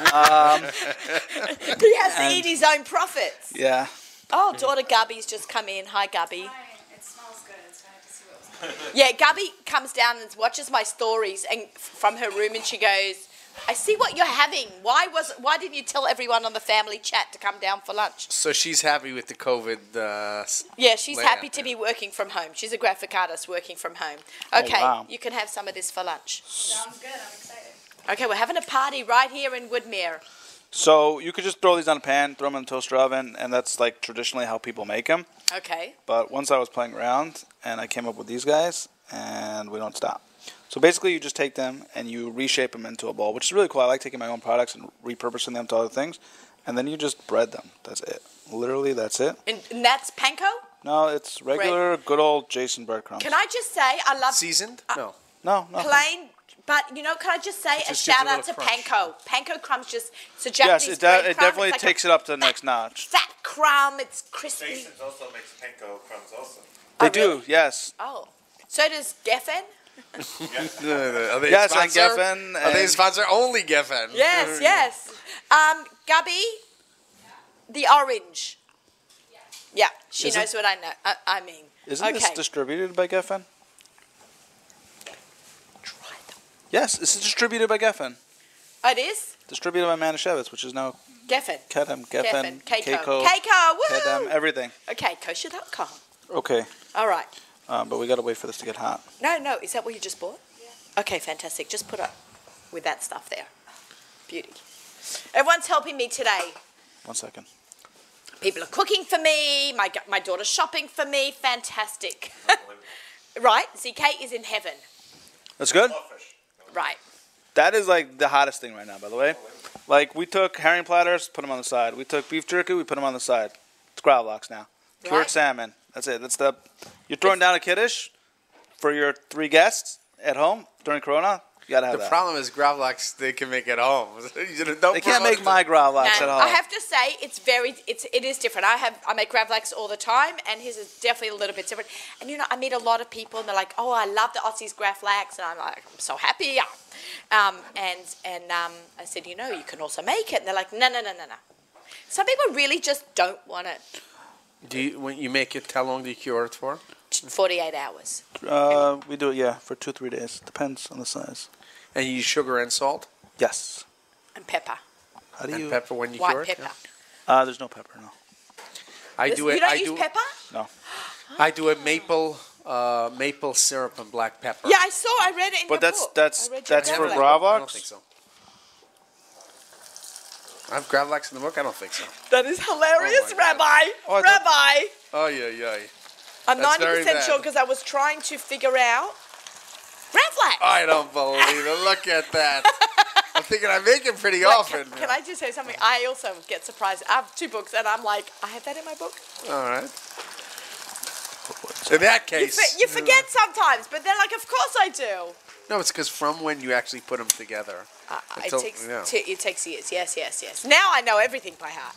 he has to eat his own profits.
Yeah.
Oh, daughter Gubby's just come in. Hi, Gubby.
Hi, it smells good. It's hard to see what was
Yeah, Gubby comes down and watches my stories and from her room, and she goes, I see what you're having. Why was why didn't you tell everyone on the family chat to come down for lunch?
So she's happy with the COVID. Uh, s-
Yeah, she's
layout
happy to
there.
be working from home. She's a graphic artist working from home. Okay,
wow.
you can have some of this for lunch.
Sounds good. I'm excited.
Okay, we're having a party right here in Woodmere.
So you could just throw these on a pan, throw them in a toaster oven, and that's like traditionally how people make them.
Okay.
But once I was playing around and I came up with these guys, and we don't stop. So basically, you just take them and you reshape them into a bowl, which is really cool. I like taking my own products and repurposing them to other things, and then you just bread them. That's it. Literally, that's it.
And, and that's panko?
No, it's regular, good old Jason breadcrumbs.
Can I just say I love
seasoned?
uh,
No.
No, no.
plain but you know, can I just say a
just gives
shout
a
out to
little crunch.
panko? Panko crumbs just it's a
Yes,
Japanese
it, de-
bread
it
crumb.
definitely
It's like
takes
a
it up to the next notch.
Fat crumb, it's crispy.
Jason's also makes panko crumbs also.
They
Oh, really?
do, yes.
Oh. So does Geffen?
Are they
Yes, and
sponsor?
Geffen.
Are they
and-
sponsor only Geffen?
Yes, yes. Um, Gubby, the orange. Yeah, she
Isn't-
knows what I know. I, I mean,
Isn't this
Okay.
distributed by Geffen? Yes, this is distributed by Geffen.
Oh, it is
Distributed by Manischewitz, which is now
Geffen.
Kedem,
Geffen,
Geffen,
Keiko,
Keiko,
Keiko,
Kedem,
woohoo!
everything.
Okay, kosher.com.
Okay,
All right.
um, but we gotta wait for this to get hot.
No, no, is that what you just bought? Yeah. Okay, fantastic. Just put up with that stuff there. Beauty. Everyone's helping me today.
One second.
People are cooking for me. My my daughter's shopping for me. Fantastic. right? ZK is in heaven.
That's good?
Lawfish.
Right.
That is like the hottest thing right now, by the way. Like, we took herring platters, put them on the side. We took beef jerky, we put them on the side. It's gravlax now. Cured
Right.
salmon. That's it. That's the. You're throwing down a kiddish for your three guests at home during Corona. You gotta have
The
that.
problem is Gravlax they can make at home. You don't
They can't
promote
make
it.
my gravlax at
And
home.
I have to say, it's very, it's, it is different. I have, I make Gravlax all the time, and his is definitely a little bit different. And you know, I meet a lot of people, and they're like, "Oh, I love the Aussies Gravlax," and I'm like, "I'm so happy." Yeah. Um, and and um, I said, you know, you can also make it, and they're like, "No, no, no, no, no." Some people really just don't want it.
Do you, when you make it, how long do you cure it for?
Forty-eight hours.
Uh, we do it, yeah, for two, three days. Depends on the size.
And you use sugar and salt
Yes.
And pepper,
How do
and
you?
pepper when you
white
cure it.
pepper.
yeah.
Uh, there's no pepper, no.
I
This-
do it.
you don't
I
use
do.
pepper?
I do a maple uh, maple syrup and black pepper.
Yeah, I saw. I read it in your
But that's
book.
that's
I read your
that's
I
for
don't
Gravlax.
think- I don't
Gravlax.
think so. I have Gravlax in the book. I don't think so.
That is hilarious,
Oh my God.
Rabbi.
Oh, I thought-
Rabbi.
Oh yeah, yeah.
I'm
That's
ninety
very
percent
bad.
sure because I was trying to figure out Gravlax.
I don't believe it. Look at that. I'm thinking I make it pretty
Like,
often.
Can, can I just say something? I also get surprised. I have two books, and I'm like, I have that in my book.
All right. In that
You,
case,
for- you forget sometimes, but they're like, of course I do.
No, it's because from when you actually put them together.
Uh, it,
Until-
takes,
yeah.
t- it takes years. Yes, yes, yes. Now I know everything by heart.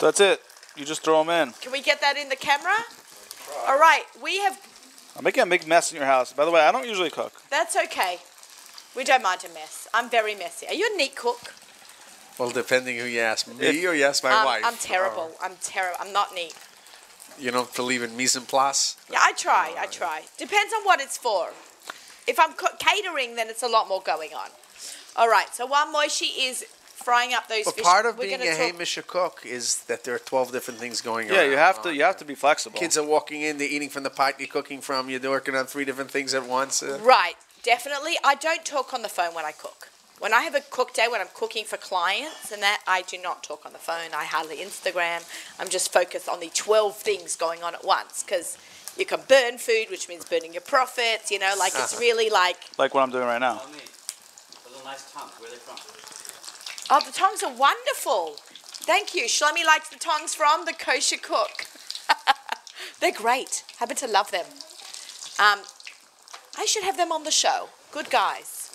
That's it. You just throw them in.
Can we get that in the camera? All right, we have.
I'm making a big mess in your house. By the way, I don't usually cook.
That's okay. We don't mind a mess. I'm very messy. Are you a neat cook?
Well, depending who you ask, me
If-
or you ask my
Um,
wife.
I'm terrible. I'm terrible. I'm not neat.
Uh, you don't believe in mise en place?
Yeah, I try. I try. Depends on what it's for. If I'm co- catering, then it's a lot more going on. All right. So while Moishi is frying up those
But
fish,
part of
we're
being
gonna
a
talk-
Hamish cook is that there are 12 different things going on.
Oh, Yeah, you have to you have to be flexible.
Kids are walking in, they're eating from the pot you're cooking from, you're working on three different things at once. Uh,
Right. Definitely. I don't talk on the phone when I cook. When I have a cook day, when I'm cooking for clients and that, I do not talk on the phone. I hardly Instagram. I'm just focused on the 12 things going on at once because you can burn food, which means burning your profits. You know, like
Uh-huh.
it's really like
like what I'm doing right now.
Tell me, those are nice tongue. Where are they from?
Oh, the tongs are wonderful. Thank you. Shlomi likes the tongs from the kosher cook. They're great. Happen to love them. Um, I should have them on the show. Good guys.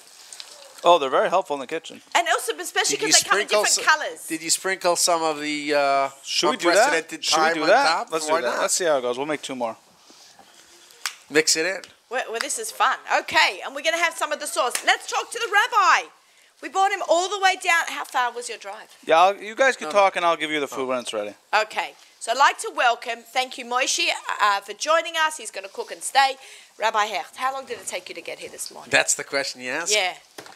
Oh, they're very helpful in the kitchen.
And also, especially
Did you
because they come in
sprinkle
different
so-
colors.
Did you sprinkle some of the uh,
Should we do that?
unprecedented
Should we
thyme
do
on
that?
top?
Let's
Why
do that.
not?
Let's see how it goes. We'll make two more.
Mix it in.
Well, well, this is fun. Okay, and we're going to have some of the sauce. Let's talk to the rabbi. We brought him all the way down. How far was your drive?
Yeah, I'll, you guys can
No, no.
Oh. talk, and I'll give you the food when it's ready.
Okay. So I'd like to welcome, thank you, Moishi, uh, for joining us. He's going to cook and stay. Rabbi Hecht, how long did it take you to get here this morning?
That's the question you asked.
yeah,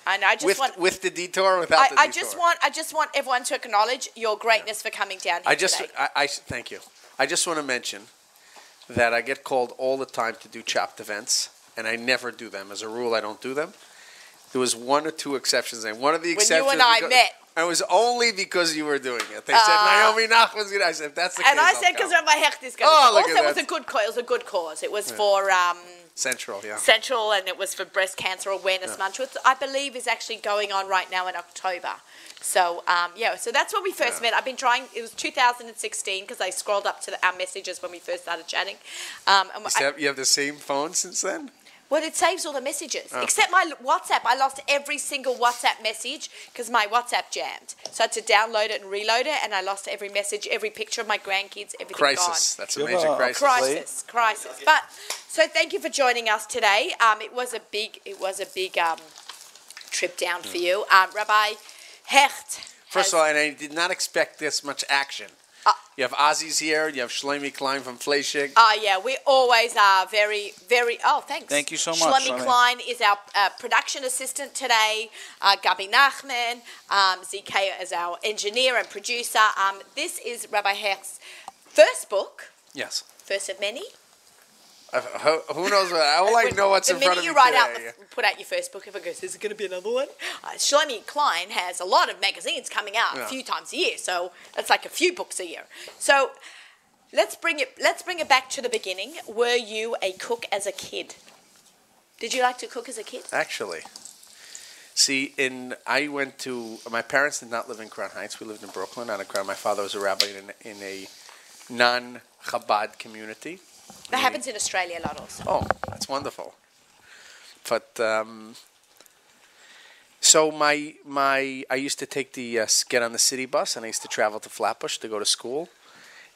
and I just
with
want
with the detour or without
I,
the
I
detour.
just want I just want everyone to acknowledge your greatness for coming down here
I just
today.
I, I s- thank you. I just want to mention that I get called all the time to do chopped events, and I never do them. As a rule, I don't do them. There was one or two exceptions, and one of the
When you and
exceptions
I
because-
met.
and it was only because you were doing it. They
Ah.
said Naomi Nachman's gonna. I said if that's the
and
case.
I
I'll
said because
go."
Rabbi Hecht is going.
Oh,
to
look
also,
at
it was
that.
a good cause. It was a good cause. It was for um,
Central, yeah.
Central and it was for Breast Cancer Awareness Month, which I believe is actually going on right now in October. So um, yeah, so that's when we first met. I've been trying. It was 2016 because I scrolled up to the, our messages when we first started chatting. Um, and
You
I-
have, you have the same phone since then.
Well, it saves all the messages
Ah.
except my WhatsApp. I lost every single WhatsApp message because my WhatsApp jammed. So I had to download it and reload it, and I lost every message, every picture of my grandkids, everything
Crisis.
gone.
That's a
You have
major
a-
crisis.
Crisis, crisis. But so thank you for joining us today. Um, it was a big, it was a big um, trip down for you, um, Rabbi Hecht.
Hmm. First
has-
of all, and I did not expect this much action.
Uh,
you have Ozzy's here. You have Shlomi Klein from Fleischig.
Oh, yeah, we always are very, very. Oh, thanks.
Thank you so much,
Shlomi
Shlomi.
Klein is our uh, production assistant today. Uh, Gabi Nachman, um, ZK is our engineer and producer. Um, this is Rabbi Hecht's first book,
yes.
first of many.
Uh, who who knows? What, I will like know what's
the
in
minute
front of
you
me
write out,
today.
the, put out your first book, everyone goes, "Is it going to be another one?" Uh, Shlomi Klein has a lot of magazines coming out a
Yeah.
few times a year, so that's like a few books a year. So let's bring it. Let's bring it back to the beginning. Were you a cook as a kid? Did you like to cook as a kid?
Actually, see, in I went to my parents did not live in Crown Heights. We lived in Brooklyn on a crown. My father was a rabbi in, in a non Chabad community. Mm.
That happens in Australia a lot, also.
Oh, that's wonderful. But um, so my my I used to take the uh, s- get on the city bus and I used to travel to Flatbush to go to school,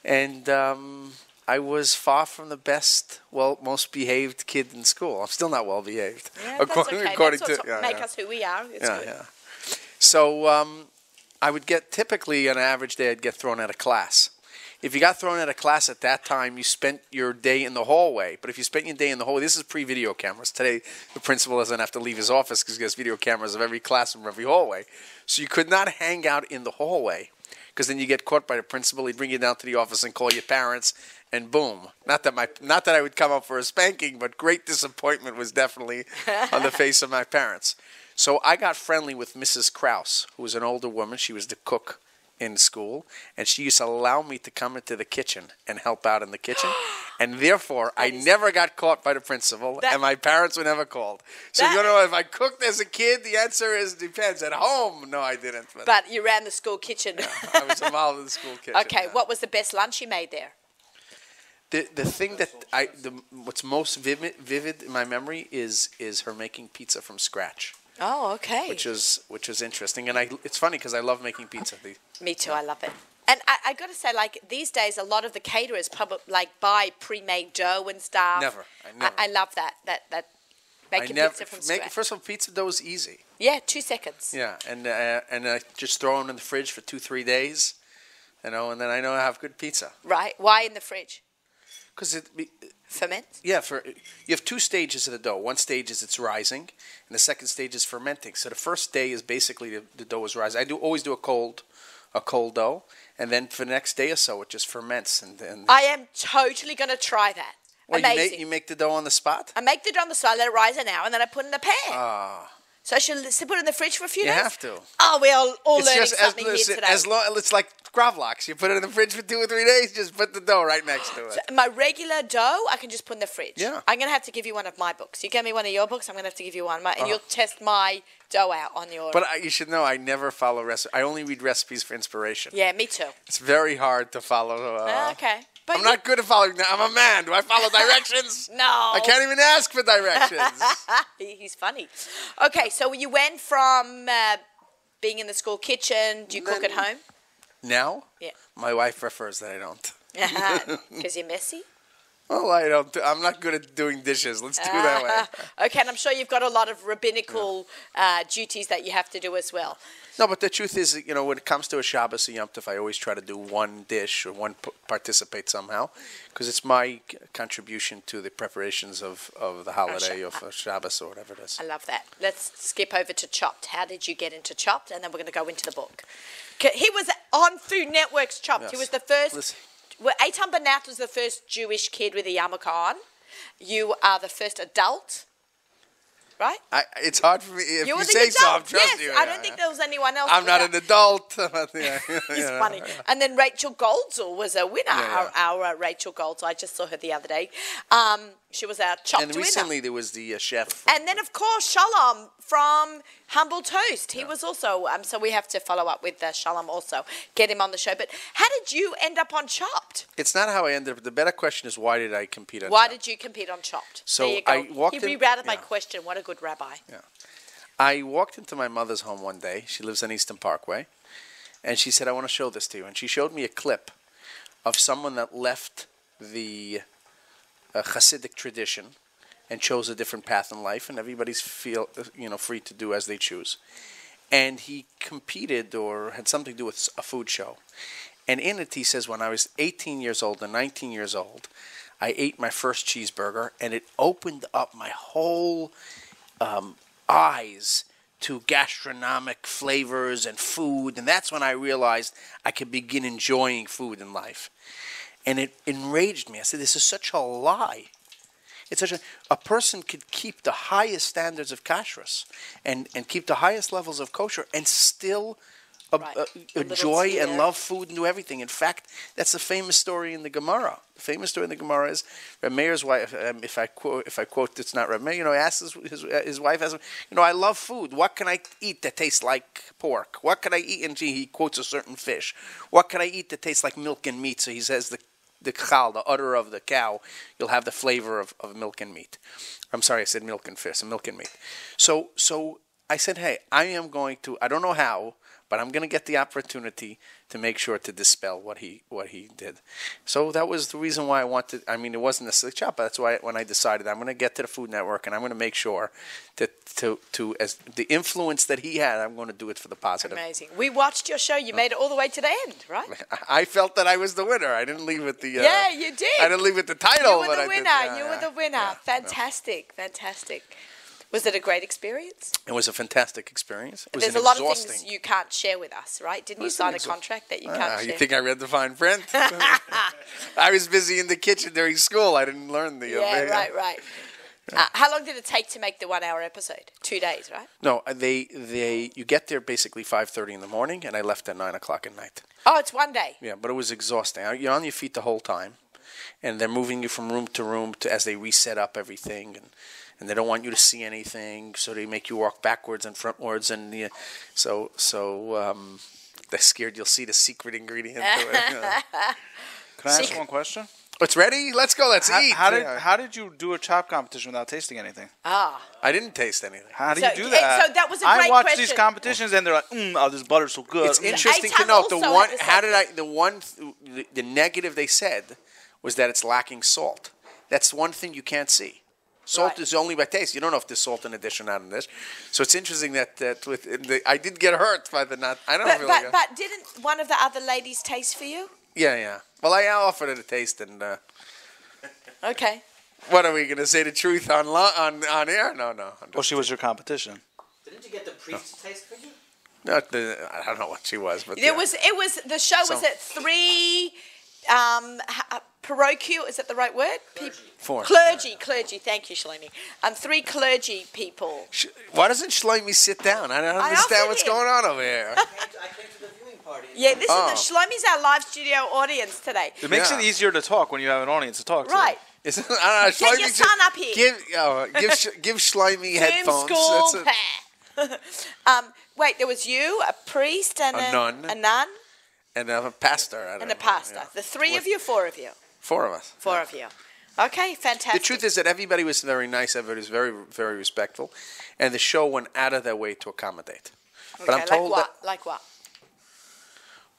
and um, I was far from the best, well, most behaved kid in school. I'm still not well behaved,
Yeah, that's okay. That's what's
yeah,
make
yeah.
us who we are. It's
yeah,
good.
yeah. So um, I would get typically on average day I'd get thrown out of class. If you got thrown out of class at that time, you spent your day in the hallway. But if you spent your day in the hallway, this is pre-video cameras. Today, the principal doesn't have to leave his office because he has video cameras of every classroom, every hallway. So you could not hang out in the hallway because then you get caught by the principal. He'd bring you down to the office and call your parents, and boom. Not that my, not that I would come up for a spanking, but great disappointment was definitely on the face of my parents. So I got friendly with Mrs. Kraus, who was an older woman. She was the cook in school, and she used to allow me to come into the kitchen and help out in the kitchen. And therefore, I never got caught by the principal,
That-
and my parents were never called. So
That-
you know, if I cooked as a kid, the answer is depends. At home, no, I didn't. But,
But you ran the school kitchen.
I was involved in the school kitchen.
okay,
yeah.
what was the best lunch you made there?
The the thing that I the what's most vivid vivid in my memory is is her making pizza from scratch,
Oh, okay.
which is which is interesting. And I it's funny because I love making pizza. The-
Me too. I love it. And I, I got to say, like these days, a lot of the caterers probably like buy pre-made dough and stuff.
Never. I never.
I, love that. That that
I
making
never
pizza from
make,
scratch.
first of all pizza dough is easy.
yeah, two seconds.
Yeah, and uh, and I just throw them in the fridge for two three days, you know, and then I know I have good pizza
Right. Why in the fridge?
because it be-
Ferment.
Yeah, for you have two stages of the dough. One stage is it's rising, and the second stage is fermenting. So the first day is basically the, the dough is rising. I do always do a cold, a cold dough, and then for the next day or so, it just ferments. And then
I am totally gonna try that.
Well, you,
Oh, Amazing.
make, you make the dough on the spot.
I make the dough on the side, let it rise an hour, and then I put it in the pan.
Ah,
so I should l- put it in the fridge for a few
you
days.
have to.
Oh, we're all, all
It's
learning
just as,
something here today.
as long it's like gravlax. You put it in the fridge for two or three days. Just put the dough right next to it.
my regular dough, I can just put in the fridge.
Yeah.
I'm gonna have to give you one of my books. You gave me one of your books. I'm gonna have to give you one, of my, and you'll test my dough out on your.
Uh-huh. But I, you should know, I never follow recipes. I only read recipes for inspiration.
yeah, me too.
It's very hard to follow. Uh,
okay, but
I'm not good at following. I'm a man. Do I follow directions?
No,
I can't even ask for directions.
He- He's funny. Okay, so you went from uh, being in the school kitchen. Do you cook at
Then-
home?
now,
Yeah,
my wife prefers that I don't.
because you're messy.
Well, I don't. Do, I'm not good at doing dishes. Let's do it that way.
okay, and I'm sure you've got a lot of rabbinical uh, duties that you have to do as well.
No, but the truth is, you know, when it comes to a Shabbos or Yom Tov, I always try to do one dish or one p- participate somehow, because it's my c- contribution to the preparations of, of the holiday or for Shabbos or whatever it is.
I love that. Let's skip over to Chopped. How did you get into Chopped? And then we're going to go into the book. 'Kay, He was on Food Network's Chopped. He
Yes.
was the first.
Listen.
Well, Eitan Banath was the first Jewish kid with a yarmulke on. You are the first adult, right?
I, it's hard for me if
You
you,
were the
say so. I'm
adult.
trusting
yes,
you.
I
yeah,
don't think
yeah.
there was anyone else.
I'm
with
not
that.
an adult. Yeah,
He's
yeah.
funny. And then Rachel Goldzel was a winner.
Yeah, yeah.
Our, our uh, Rachel Goldzel. I just saw her the other day. Um, she was our chopped
And
winner.
recently there was the uh, chef.
And then, of course, Shalom from Humble Toast. He was also, um, so we have to follow up with uh, Shalom also, get him on the show. But how did you end up on Chopped?
It's not how I ended up. The better question is why did I compete on?
Why
Shabbos?
did you compete on Chopped?
So
there you go.
I walked
he
in-
rerouted my
yeah.
question. What a good rabbi.
I walked into my mother's home one day. She lives on Easton Parkway. And she said, I want to show this to you. And she showed me a clip of someone that left the uh, Hasidic tradition and chose a different path in life. And everybody's feel, you know, free to do as they choose. And he competed or had something to do with a food show. And in it, he says, when I was 18 years old and 19 years old, I ate my first cheeseburger and it opened up my whole um, eyes to gastronomic flavors and food. And that's when I realized I could begin enjoying food in life. And it enraged me. I said, This is such a lie. It's such a, a person could keep the highest standards of kashrus and, and keep the highest levels of kosher and still ab-
Right.
uh,
A little
enjoy and
tear.
love food and do everything. In fact, that's the famous story in the Gemara. The famous story in the Gemara is Reb Meir's wife. Um, if I quote, if I quote, it's not Reb Meir. You know, he asks his his, uh, his wife, asks him, you know, I love food. What can I eat that tastes like pork? What can I eat? And she, he quotes a certain fish. What can I eat that tastes like milk and meat? So he says the the chal, the udder of the cow, you'll have the flavor of, of milk and meat. I'm sorry, I said milk and fish, milk and meat. So so I said, hey, I am going to. I don't know how, but I'm going to get the opportunity to make sure to dispel what he what he did. So that was the reason why I wanted. I mean, it wasn't necessarily chop, but that's why when I decided I'm going to get to the Food Network and I'm going to make sure that to to as the influence that he had, I'm going to do it for the positive.
Amazing. We watched your show. You made it all the way to the end, right?
I felt that I was the winner. I didn't leave with the uh,
Yeah, you did.
I didn't leave with the title.
You were
but
the
I did-
winner.
yeah,
you
yeah,
were the winner.
yeah.
Fantastic. Fantastic. Was it a great experience?
It was a fantastic experience. It was
There's
an
a lot
exhausting.
of things you can't share with us, right? Didn't you
Listen,
sign a
exa-
contract that you can't
Ah,
share?
you think I read the fine print? I was busy in the kitchen during school. I didn't learn the. uh,
yeah,
ma-
right, right. Uh, how long did it take to make the one-hour episode? Two days, right?
No, uh, they they you get there basically five thirty in the morning, and I left at nine o'clock at night.
Oh, it's one day.
Yeah, but it was exhausting. I- You're on your feet the whole time, and they're moving you from room to room to as they reset up everything, and and they don't want you to see anything, so they make you walk backwards and frontwards, and yeah, so so um, they're scared you'll see the secret ingredient. to it, you know.
Can I ask
Secret.
one question?
It's ready. Let's go. Let's
How,
eat.
how did
Yeah.
how did you do a chop competition without tasting anything?
Ah,
I didn't taste anything.
How do
So-
you do
eh,
that?
so that was a
I
great
watch these
question.
competitions and they're like, mm, oh, this butter's so good.
It's
Mm.
interesting
Eitan
to note the
also had
one.
the
How did I?
same-
The one. th- The, the negative they said was that it's lacking salt. That's one thing you can't see. Salt
Right.
is only by taste. You don't know if there's salt in addition or not in this. So it's interesting that that with the, I did get hurt by the not. I don't
but,
really.
but,
go-
but didn't one of the other ladies taste for you?
yeah, yeah. Well, I offered it a taste, and uh,
Okay.
what are we going to say the truth on lo- on on air? No, no.
well,
I'm just-
she was your competition.
Didn't you get the priest
Oh.
to taste for you?
not the- I don't know what she was, but
It
yeah.
was. It was. The show was
So-
at three. Um, ha- uh, parochial. Is that the right word? Peop-
Four.
Clergy. Clergy. Thank you, Shalini. Um, three clergy people.
Sh- Why doesn't Shlomi sit down? I don't
I
understand
offered
what's
it.
going on over here.
I came to- I came to the viewing party.
Yeah, this
Oh.
is the Shlomi's our live studio audience today.
It makes
Yeah.
it easier to talk when you have an audience to talk to.
Right.
It's, I don't know,
Get your
Schleimy
son
ju-
up here.
Give, oh, give, Sh- give Schleimy
Zoom
headphones.
school.
That's it.
um, wait, there was you, a priest, and
A nun.
a nun,
And I'm a pastor. I don't
and a
know,
pastor.
yeah.
The three of you, four of you,
Four of us.
four of you. Okay, fantastic.
The truth is that everybody was very nice. Everybody was very, very respectful. And the show went out of their way to accommodate.
okay,
but I'm told
like what? like what?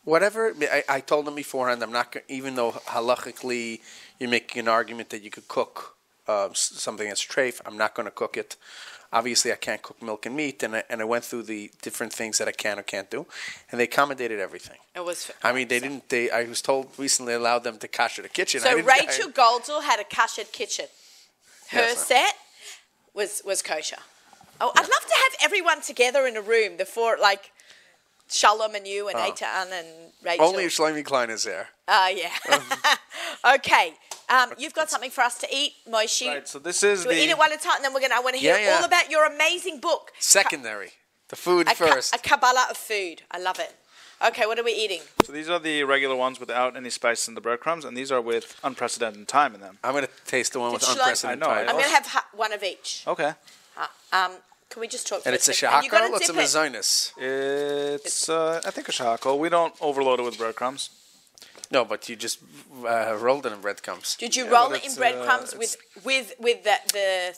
whatever I, I told them beforehand i'm not go- even though halachically you're making an argument that you could cook uh, s- something as treif i'm not going to cook it obviously i can't cook milk and meat and I, and I went through the different things that i can or can't do and they accommodated everything
It was. f-
i mean they didn't they i was told recently allowed them to kasher the kitchen I
So
didn't-
Rachel
I-
Goldsall had a kashered kitchen. Her
Yes, ma'am.
set was was kosher. Oh, I'd love to have everyone together in a room. The four like Shalom and you and
Oh.
Eitan and Rachel.
only if Uh-huh. Shlomi Klein is there
Ah, yeah. okay. Um, you've got something for us to eat, Moishi.
Right, so this is
Do we
the
eat it one at a time, and then we're gonna. I want to hear
Yeah, yeah.
all about your amazing book.
secondary the food
A, ca-
first
a Kabbalah of food. I love it. Okay, what are we eating?
so these are the regular ones without any spice in the breadcrumbs, and these are with unprecedented time in them.
i'm going to taste the one with
Shlomi-
unprecedented
I know, I
time
I'm
also-
gonna have ha- one of each.
Okay,
Um, can we just talk? for
and it's a
second? And you gotta
shahakar it's a
dip it.
mezainis
it's uh, I think a shako. We don't overload it with breadcrumbs.
No, but you just uh, rolled it in breadcrumbs.
Did you
Yeah,
roll
but
it in
it's, uh,
breadcrumbs with with with the, the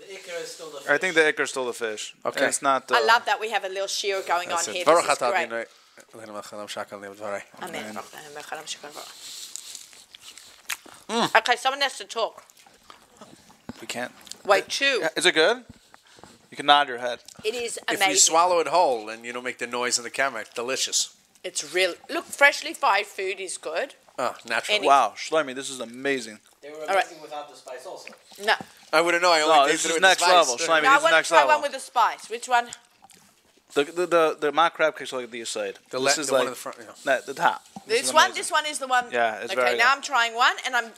The ikra is still the.
I think the ichor stole the fish.
Okay.
And it's not. Uh,
I love that we have a little shir going on here. This
Baruch
is
atah
great.
Adonai- Eloheinu melech haolam she'akal ne'emet v'harai.
Amen.
Mm.
Okay, someone has to talk.
We can't.
Wait, two.
Yeah, Is it good? You can nod your head.
It is
If
amazing.
you swallow it whole and you don't make the noise on the camera, it's delicious.
it's real. Look, freshly fried food is good.
Oh, natural.
Any-
Wow, Shlomi, this is amazing.
They were
right.
amazing without the spice also.
No,
I wouldn't know. I only
No,
tasted
this
it
is
with
next
the spice.
level. Shlomi,
no I
this is
want to
next
try one
level.
with the spice. Which one?
The the the, the mock crab cakes are like the side.
The,
this
le-
is
the
like
one in the front. Yeah.
no, the top.
This,
is
one.
amazing.
This one is the one.
Yeah, it's
okay.
very
now
good.
I'm trying one, and I'm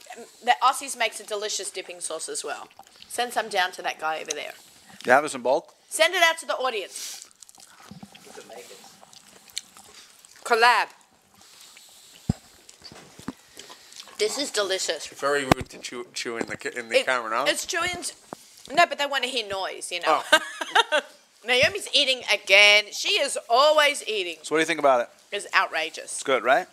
the Aussies makes a delicious dipping sauce as well. Send some down to that guy over there.
You have this in bulk.
Send it out to the audience.
You could make it.
Collab. This is delicious.
Very rude to chew, chew in the, ca- in the
It-
camera, no?
It's Julian's. No, but they want to hear noise, you know.
Oh.
Naomi's eating again. She is always eating.
So what do you think about it?
It's outrageous.
It's good, right?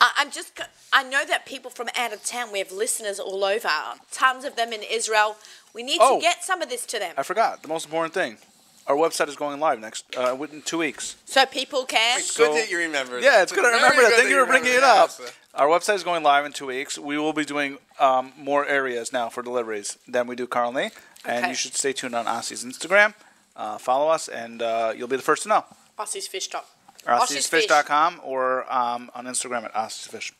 I, I'm just. c- I know that people from out of town. We have listeners all over. Tons of them in Israel. We need
Oh.
to get some of this to them
I forgot the most important thing. Our website is going live next uh, within two weeks.
so people can.
It's
so-
good that you remember.
Yeah, it's good. I
Very
remember that.
good
Thank you for
remember
bringing it
that.
up.
Yes.
Our website is going live in two weeks. We will be doing um, more areas now for deliveries than we do currently, and
Okay.
you should stay tuned on Aussie's Instagram. Uh, follow us, and uh, you'll be the first to know.
Aussie's fish shop. Aussie's Fish.
AussiesFish.com or um, on Instagram at AussiesFish.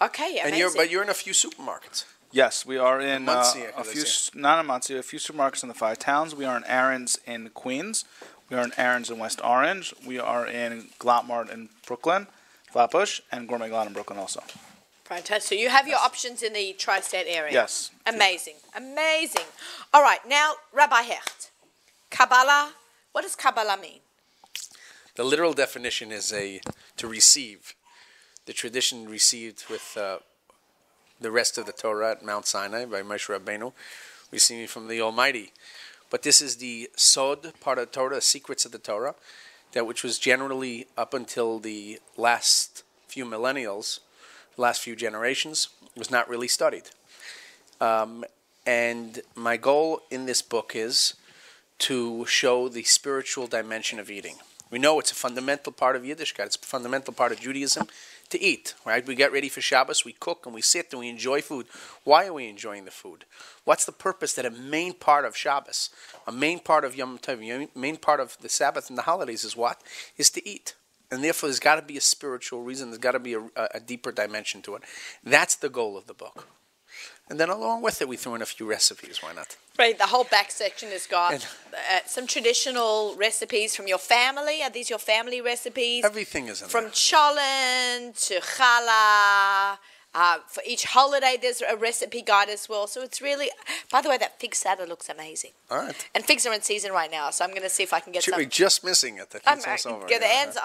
Okay, amazing.
And you're, but you're in a few supermarkets.
Yes, we are in uh,
Muncie, I
a
could
few,
say.
s- not in Muncie, a few supermarkets in the five towns. We are in Aaron's in Queens. We are in Aaron's in West Orange. We are in Glotmart in Brooklyn, Flatbush, and Gourmet Glot in Brooklyn also.
Fantastic. So you have your options in the tri-state area.
Yes.
Amazing. Amazing. All right. Now, Rabbi Hecht, Kabbalah. What does Kabbalah mean?
The literal definition is a to receive. The tradition received with uh, the rest of the Torah at Mount Sinai by Moshe Rabbeinu, receiving from the Almighty. But this is the sod part of the Torah, the secrets of the Torah, that which was generally up until the last few millennials, last few generations, was not really studied. Um, and my goal in this book is to show the spiritual dimension of eating. We know it's a fundamental part of Yiddishkeit. It's a fundamental part of Judaism to eat, right? We get ready for Shabbos, we cook, and we sit, and we enjoy food. Why are we enjoying the food? What's the purpose that a main part of Shabbos, a main part of Yom Tov, a main part of the Sabbath and the holidays is what? Is to eat. And therefore, there's got to be a spiritual reason. There's got to be a, a a deeper dimension to it. That's the goal of the book. And then along with it, we throw in a few recipes. Why not?
Right. The whole back section has got
And-
uh, some traditional recipes from your family. Are these your family recipes?
Everything is in
from
there.
cholent to challah. Uh, for each holiday, there's a recipe guide as well. So it's really. By the way, that fig salad looks amazing.
All right.
And figs are in season right now, so I'm going to see if I can get
Ju-
some.
We're just missing it. I think
I'm,
it's
I
almost
can
over,
get the
yeah.
answer.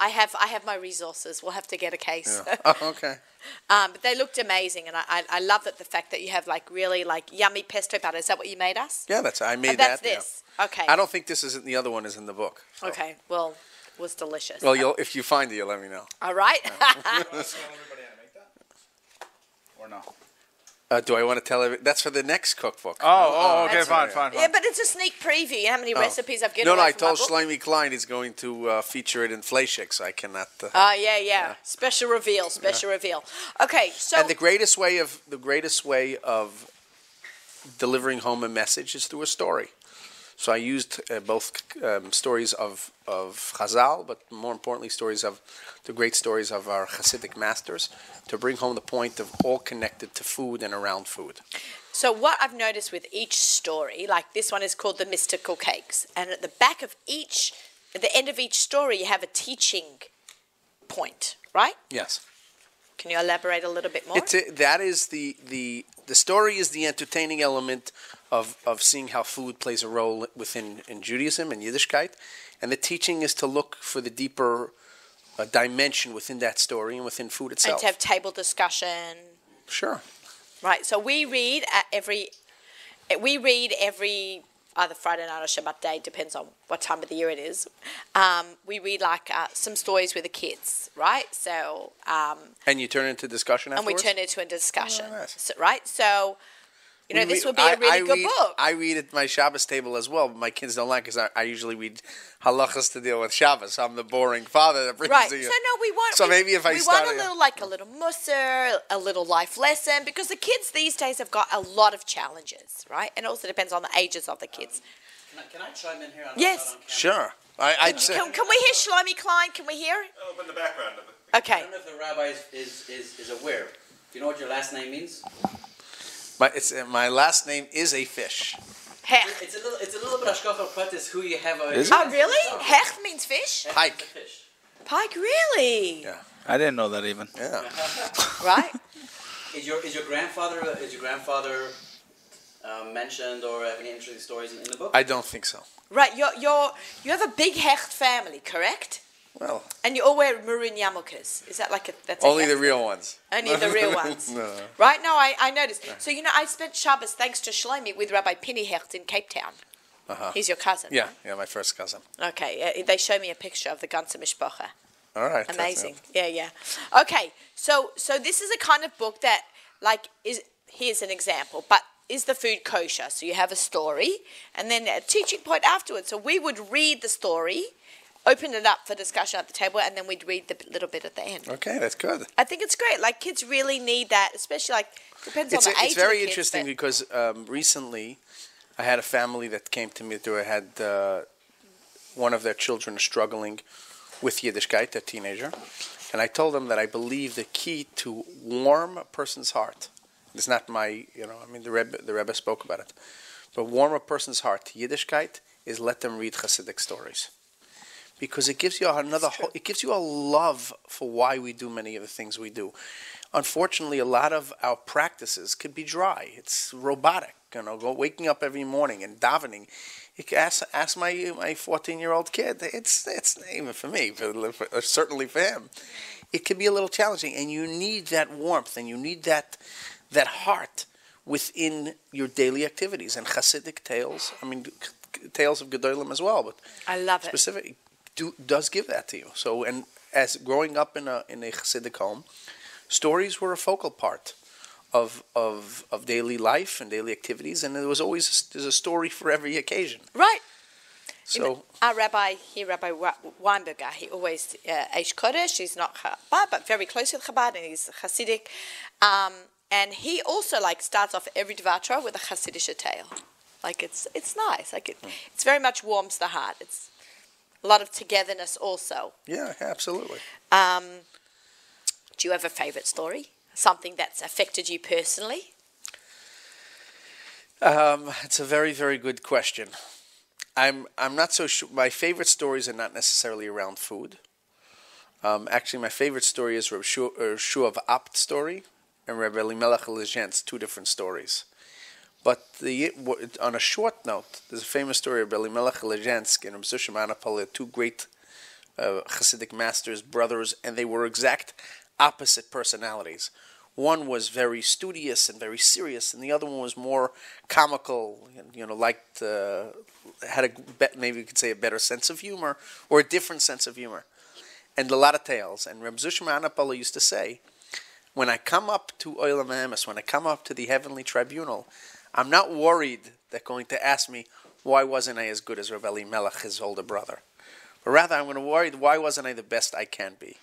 I have I have my resources. We'll have to get a case.
Yeah. Oh, okay.
um, but they looked amazing, and I, I, I love that the fact that you have like really like yummy pesto batter. Is that what you made us?
Yeah, that's I made
And that's
that. yeah.
this. Okay.
I don't think this isn't the other one is in the book. so-
Okay. Well, it was delicious.
Well, you'll if you find it, you'll let me know.
All right.
Or no?
Uh, do I want to tell every? That's for the next cookbook.
Oh, oh, okay,
That's
fine,
right.
fine, fine.
Yeah, but it's a sneak preview. How many
Uh-huh. Oh.
recipes I've given
No, no.
away
I
from my
told
book.
Slimy Klein he's going to uh, feature it in Flayshake, so I cannot. Uh,
Ah, yeah, yeah, Special reveal, special reveal. Okay, so
and the greatest way of the greatest way of delivering home a message is through a story. So I used uh, both um, stories of of Chazal, but more importantly, stories of the great stories of our Hasidic masters to bring home the point of all connected to food and around food.
So, what I've noticed with each story, like this one is called The Mystical Cakes, and at the back of each, at the end of each story, you have a teaching point, right?
Yes.
Can you elaborate a little bit more?
It's a, that is the the the story is the entertaining element of of seeing how food plays a role within in Judaism and Yiddishkeit, and the teaching is to look for the deeper uh, dimension within that story and within food
and
itself.
to have table discussion,
sure.
right? So we read at every, we read every either Friday night or Shabbat day, depends on what time of the year it is. Um, we read like uh, some stories with the kids, right? So uh,
And you turn it into discussion
and we
afterwards.
turn it into a discussion,
Oh, nice.
so, right? So. You know,
We
this would
read-
be a
I-
really
I
good
read-
book.
I read at my Shabbos table as well, but my kids don't like because I, I usually read halachas to deal with Shabbos. I'm the boring father that brings
Right.
it.
So no, we want.
So
we,
maybe if I
we
start
want a
it-
little like a little musser, a little life lesson, because the kids these days have got a lot of challenges, right? And it also depends on the ages of the kids.
Can I, can I chime in here? On
Yes.
On camera?
Sure. I, I'd say,
Can, can we hear Shlomi Klein? Can we hear?
Oh, but in the background of it.
I
Okay.
don't know if the rabbi is, is, is, is aware. Do you know what your last name means?
my, it's, uh, my last name is a fish.
Hech.
It's a little it's a little bit ashkacha practice who you have.
Is it?
Oh really? Hech means fish.
Pike.
Pike, really?
Yeah.
I didn't know that even.
Yeah.
Right.
Is your is your grandfather is your grandfather um, mentioned or have any interesting stories in, in the book?
I don't think so.
Right. You're you're you have a big Hecht family, correct?
Well,
And you all wear maroon yarmulkes. Is that like a that's a
only
Hecht
the real ones.
Only the real ones.
No.
Right? No, I, I noticed. So, you know, I spent Shabbos, thanks to Shlomi, with Rabbi Pinnehecht in Cape Town.
Uh-huh.
He's your cousin.
Yeah, yeah, my first cousin.
right? Okay. Uh, they show me a picture of the Ganze Mishpocha.
All right. that's
Amazing.
it.
Yeah, yeah. Okay. So, so this is a kind of book that, like, is here's an example, but is the food kosher? So you have a story and then a teaching point afterwards. So we would read the story, open it up for discussion at the table, and then we'd read the little bit at the end.
Okay, that's good.
I think it's great. Like kids really need that, especially like depends
It's,
on the age.
it's very
of the kids,
interesting
but-
because um, recently I had a family that came to me through. I had uh, one of their children struggling with Yiddishkeit, a teenager. And I told them that I believe the key to warm a person's heart, it's not my, you know, I mean, the Rebbe, the Rebbe spoke about it, but warm a person's heart to Yiddishkeit is let them read Hasidic stories. Because it gives you another, whole, it gives you a love for why we do many of the things we do. Unfortunately, a lot of our practices could be dry. It's robotic, you know, go waking up every morning and davening. You can ask, ask my my fourteen year old kid. It's it's even for me, for, for, certainly for him. It can be a little challenging, and you need that warmth and you need that that heart within your daily activities and Hasidic tales. I mean, tales of Gedolim as well, but
I love it.
specific do, does give that to you. So, and as growing up in a in a Hasidic home, stories were a focal part of of of daily life and daily activities, and there was always there's a story for every occasion.
right.
So,
Our rabbi here, Rabbi Wa- Weinberger, he always uh, Eish Kodesh. He's not Chabad, but very close with Chabad, and he's Hasidic. Um, and he also like starts off every Dvatra with a Hasidic tale. Like it's it's nice. Like it,
Hmm.
it's very much warms the heart. It's a lot of togetherness. Also,
yeah, absolutely.
um, do you have a favorite story? Something that's affected you personally?
Um, it's a very, very good question. I'm I'm not so sure. My favorite stories are not necessarily around food. Um, actually, my favorite story is Reb Shu, uh, Shuv Apt story and Reb Elimelech Lezhent's two different stories. But the w- on a short note, there's a famous story of Reb Elimelech Lezhensk and Reb Zusha Manapal, two great uh, Hasidic masters, brothers, and they were exact opposite personalities. One was very studious and very serious, and the other one was more comical. and, You know, liked uh, had a bet- maybe you could say a better sense of humor or a different sense of humor, and a lot of tales. And Reb Zusha Manapal used to say, When I come up to Oilam Amos, when I come up to the heavenly tribunal, I'm not worried they're going to ask me, why wasn't I as good as Rav Elimelech, his older brother? But rather, I'm going to worry, why wasn't I the best I can be?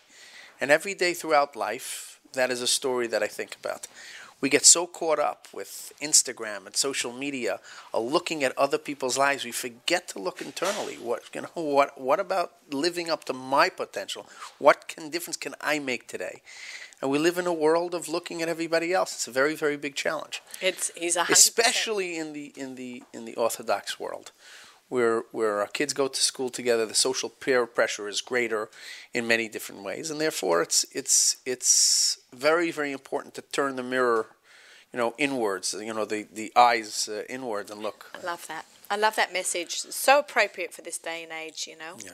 And every day throughout life, that is a story that I think about. We get so caught up with Instagram and social media, or looking at other people's lives, we forget to look internally. What you know? What what about living up to my potential? What can difference can I make today? And we live in a world of looking at everybody else. It's a very very big challenge
It's he's a hundred
especially in the in the in the Orthodox world, where where our kids go to school together, the social peer pressure is greater in many different ways, and therefore it's it's it's very very important to turn the mirror, you know, inwards, you know, the the eyes uh, inwards and look.
percent. Love that. I love that message. It's so appropriate for this day and age, you know.
Yeah.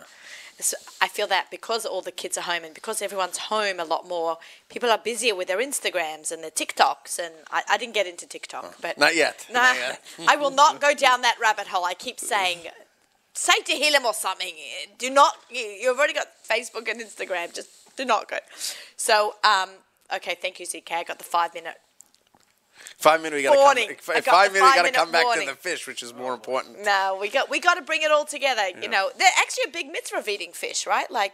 It's- I feel that because all the kids are home and because everyone's home a lot more, people are busier with their Instagrams and their TikToks. And I, I didn't get into TikTok, but
Oh, Not yet.
No,
Not yet.
I will not go down that rabbit hole. I keep saying, say to Helam or something. Do not. you- You've already got Facebook and Instagram. Just do not go. So, um, okay, thank you, ZK. I got the five minute.
Five minutes we gotta
Warning.
come.
I
Five,
got the
minutes we gotta
five-minute
come back
warning.
to the fish, which is
Oh,
more important.
No, we got we got to bring it all together. You know, they're actually a big mitzvah of eating fish, right? Like,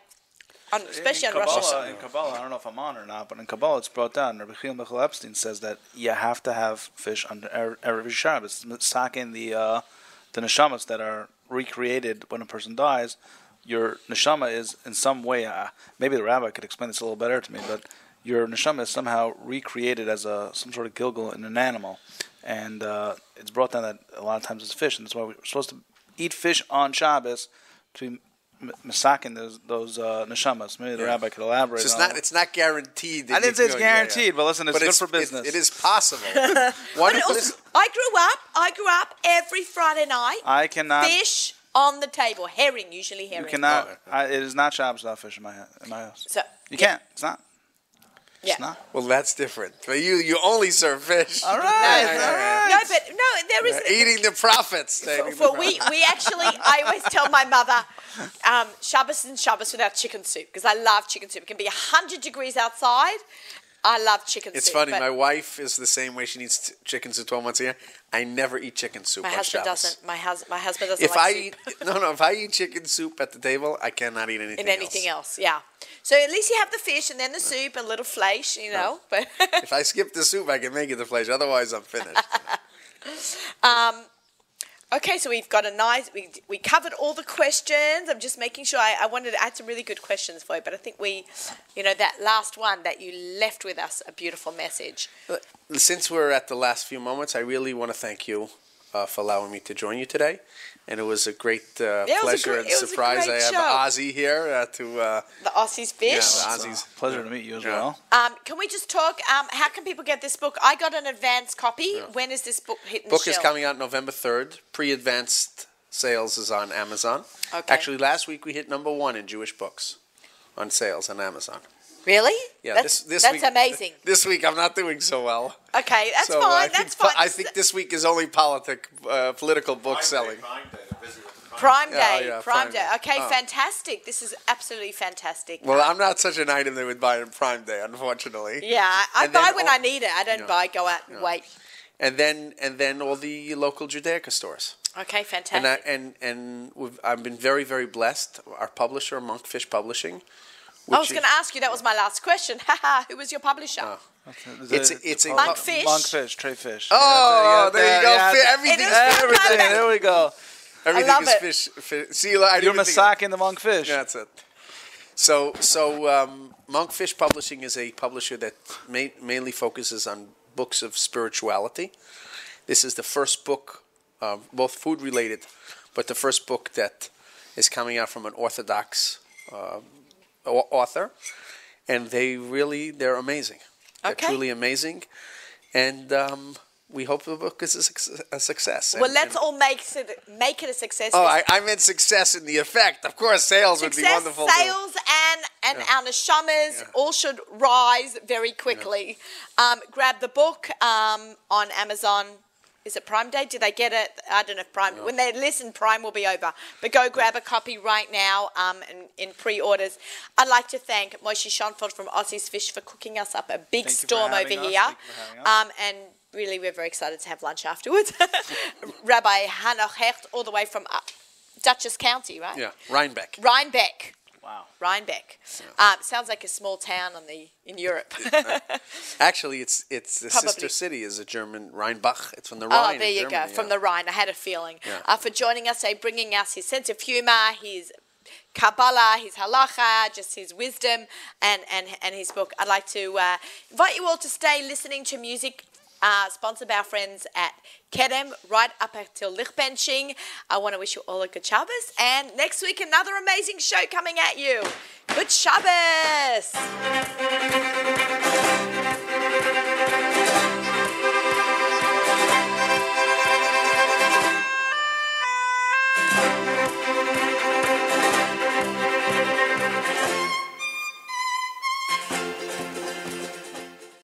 on, especially
in
on Rosh Hashanah.
Kabbalah, in Kabbalah, I don't know if I'm on or not, but in Kabbalah it's brought down. Rabbi Chiyam Michal Epstein says that you have to have fish under er- every Shabbos. It's sacking the uh, the neshamas that are recreated when a person dies. Your neshama is in some way. Uh, maybe the rabbi could explain this a little better to me, but your neshama is somehow recreated as a some sort of gilgal in an animal, and uh, it's brought down that a lot of times it's fish, and that's why we're supposed to eat fish on Shabbos to be m- masakin those those uh, neshamas. Maybe the
Yeah.
rabbi could elaborate.
So it's
on
not
that.
it's not guaranteed. That
I didn't
you
say it's
can go- yeah, yeah.
guaranteed, but listen, it's good for
it-
business.
it is possible. One
But also, I grew up. I grew up every Friday night.
I
Uh,
cannot.
fish on the table, herring usually herring.
You cannot.
Oh, Okay.
I, it is not Shabbos without fish in my ha- in my house.
So
you can't. It's not.
yeah.
It's not.
Well, that's different. But you you only serve fish.
All right.
no,
all right.
No, but no, there is.
You're eating the profits. Eating the
For
profits.
we, we actually, I always tell my mother, um, Shabbos and Shabbos without chicken soup because I love chicken soup. It can be hundred degrees outside. I love chicken
It's
soup.
funny.
but
My wife is the same way. She needs t- chicken soup twelve months a year. I never eat chicken soup.
my
on
husband
Shabbos.
doesn't. My husband, my husband doesn't
If I
like
eat
soup
no no, if I eat chicken soup at the table, I cannot eat anything.
in anything else. Yeah. So at least you have the fish and then the soup and a little flesh, you know. But
If I skip the soup, I can make it the flesh. Otherwise, I'm finished.
Um, Okay, so we've got a nice. We, we covered all the questions. I'm just making sure. I, I wanted to add some really good questions for you, but I think we, you know, that last one that you left with us a beautiful message.
Since we're at the last few moments, I really want to thank you uh, for allowing me to join you today. And it was a great uh,
was a
pleasure
great-
and
it was a
surprise.
great
I have
show.
Ozzy here uh, to uh,
The Aussies
yeah,
fish.
the
It's
Ozzy's
a pleasure to meet you as
Yeah.
well.
Um, can we just talk? Um, how can people get this book? I got an advance copy. When is this book hitting
book
the
is
shelf?
coming out November 3rd. Pre advanced sales is on Amazon.
Okay.
Actually, last week we hit number one in Jewish books on sales on Amazon.
Really?
Yeah,
That's,
this, this
that's
week,
amazing.
This week I'm not doing so well.
Okay, that's
so I
fine.
think
That's
po-
fine.
I think this week is only politic, uh, political book selling.
Prime Day.
Yeah, yeah,
Prime
Prime
Day.
Day.
Okay,
Oh.
fantastic. This is absolutely fantastic.
Well, I'm not such an item they would buy on Prime Day, unfortunately.
yeah, I- I
and
buy
then
when
all-
I need it. I don't
Yeah.
buy. Go out and wait.
and then and then all the local Judaica stores.
Okay, fantastic.
And I, and and we've, I've been very very blessed. Our publisher, Monkfish Publishing.
Oh, I was going to ask you. That was my last question. Haha, who was your publisher?
Oh, It's a- it's a-
Monkfish?
Monkfish. Tray fish.
Oh,
Yeah,
there you go.
yeah,
Fi-
yeah.
everything,
It is
Everything.
Monkfish.
There we go.
everything
love
is
it.
fish. fish. See, I didn't
You're
even think of-
masaking the monkfish.
That's it. So, so um, Monkfish Publishing is a publisher that ma- mainly focuses on books of spirituality. This is the first book, uh, both food related, but the first book that is coming out from an Orthodox uh, au- author, and they really they're amazing. They're
Okay.
truly amazing, and um, we hope the book is a, suc- a success.
Well,
And-
let's
and-
all make it make it a success.
Oh, I, I meant success in the effect. Of course, sales would be
success,
wonderful. too.
sales, and and our neshamas
Yeah.
all should rise very quickly. Um, grab the book um, on Amazon. Is it Prime Day? Do they get it? I don't know if Prime. When they listen, Prime will be over. But go grab a copy right now um, in, in pre-orders. I'd like to thank Moshe Schoenfeld from Aussie's Fish for cooking us up a big
Thank you for
storm over
having us.
here.
Thank you for having us.
Um, and really, we're very excited to have lunch afterwards. Rabbi Hanoch Hecht, all the way from uh, Dutchess County, right?
Yeah, Rhinebeck.
Rhinebeck.
Wow.
Rhinebeck. Um, sounds like a small town on the in Europe.
Actually, it's it's the
Probably.
sister city is a German Rheinbach. It's from the Rhine.
Oh,
in
there you go.
Germany,
From
yeah.
the Rhine. I had a feeling.
Yeah.
Uh, for joining us today, bringing us his sense of humor, his Kabbalah, his halacha, just his wisdom, and, and, and his book. I'd like to uh, invite you all to stay listening to music. Uh, sponsored by our friends at Kedem, right up until Lichbenching. I want to wish you all a good Shabbos, and next week another amazing show coming at you. Good Shabbos!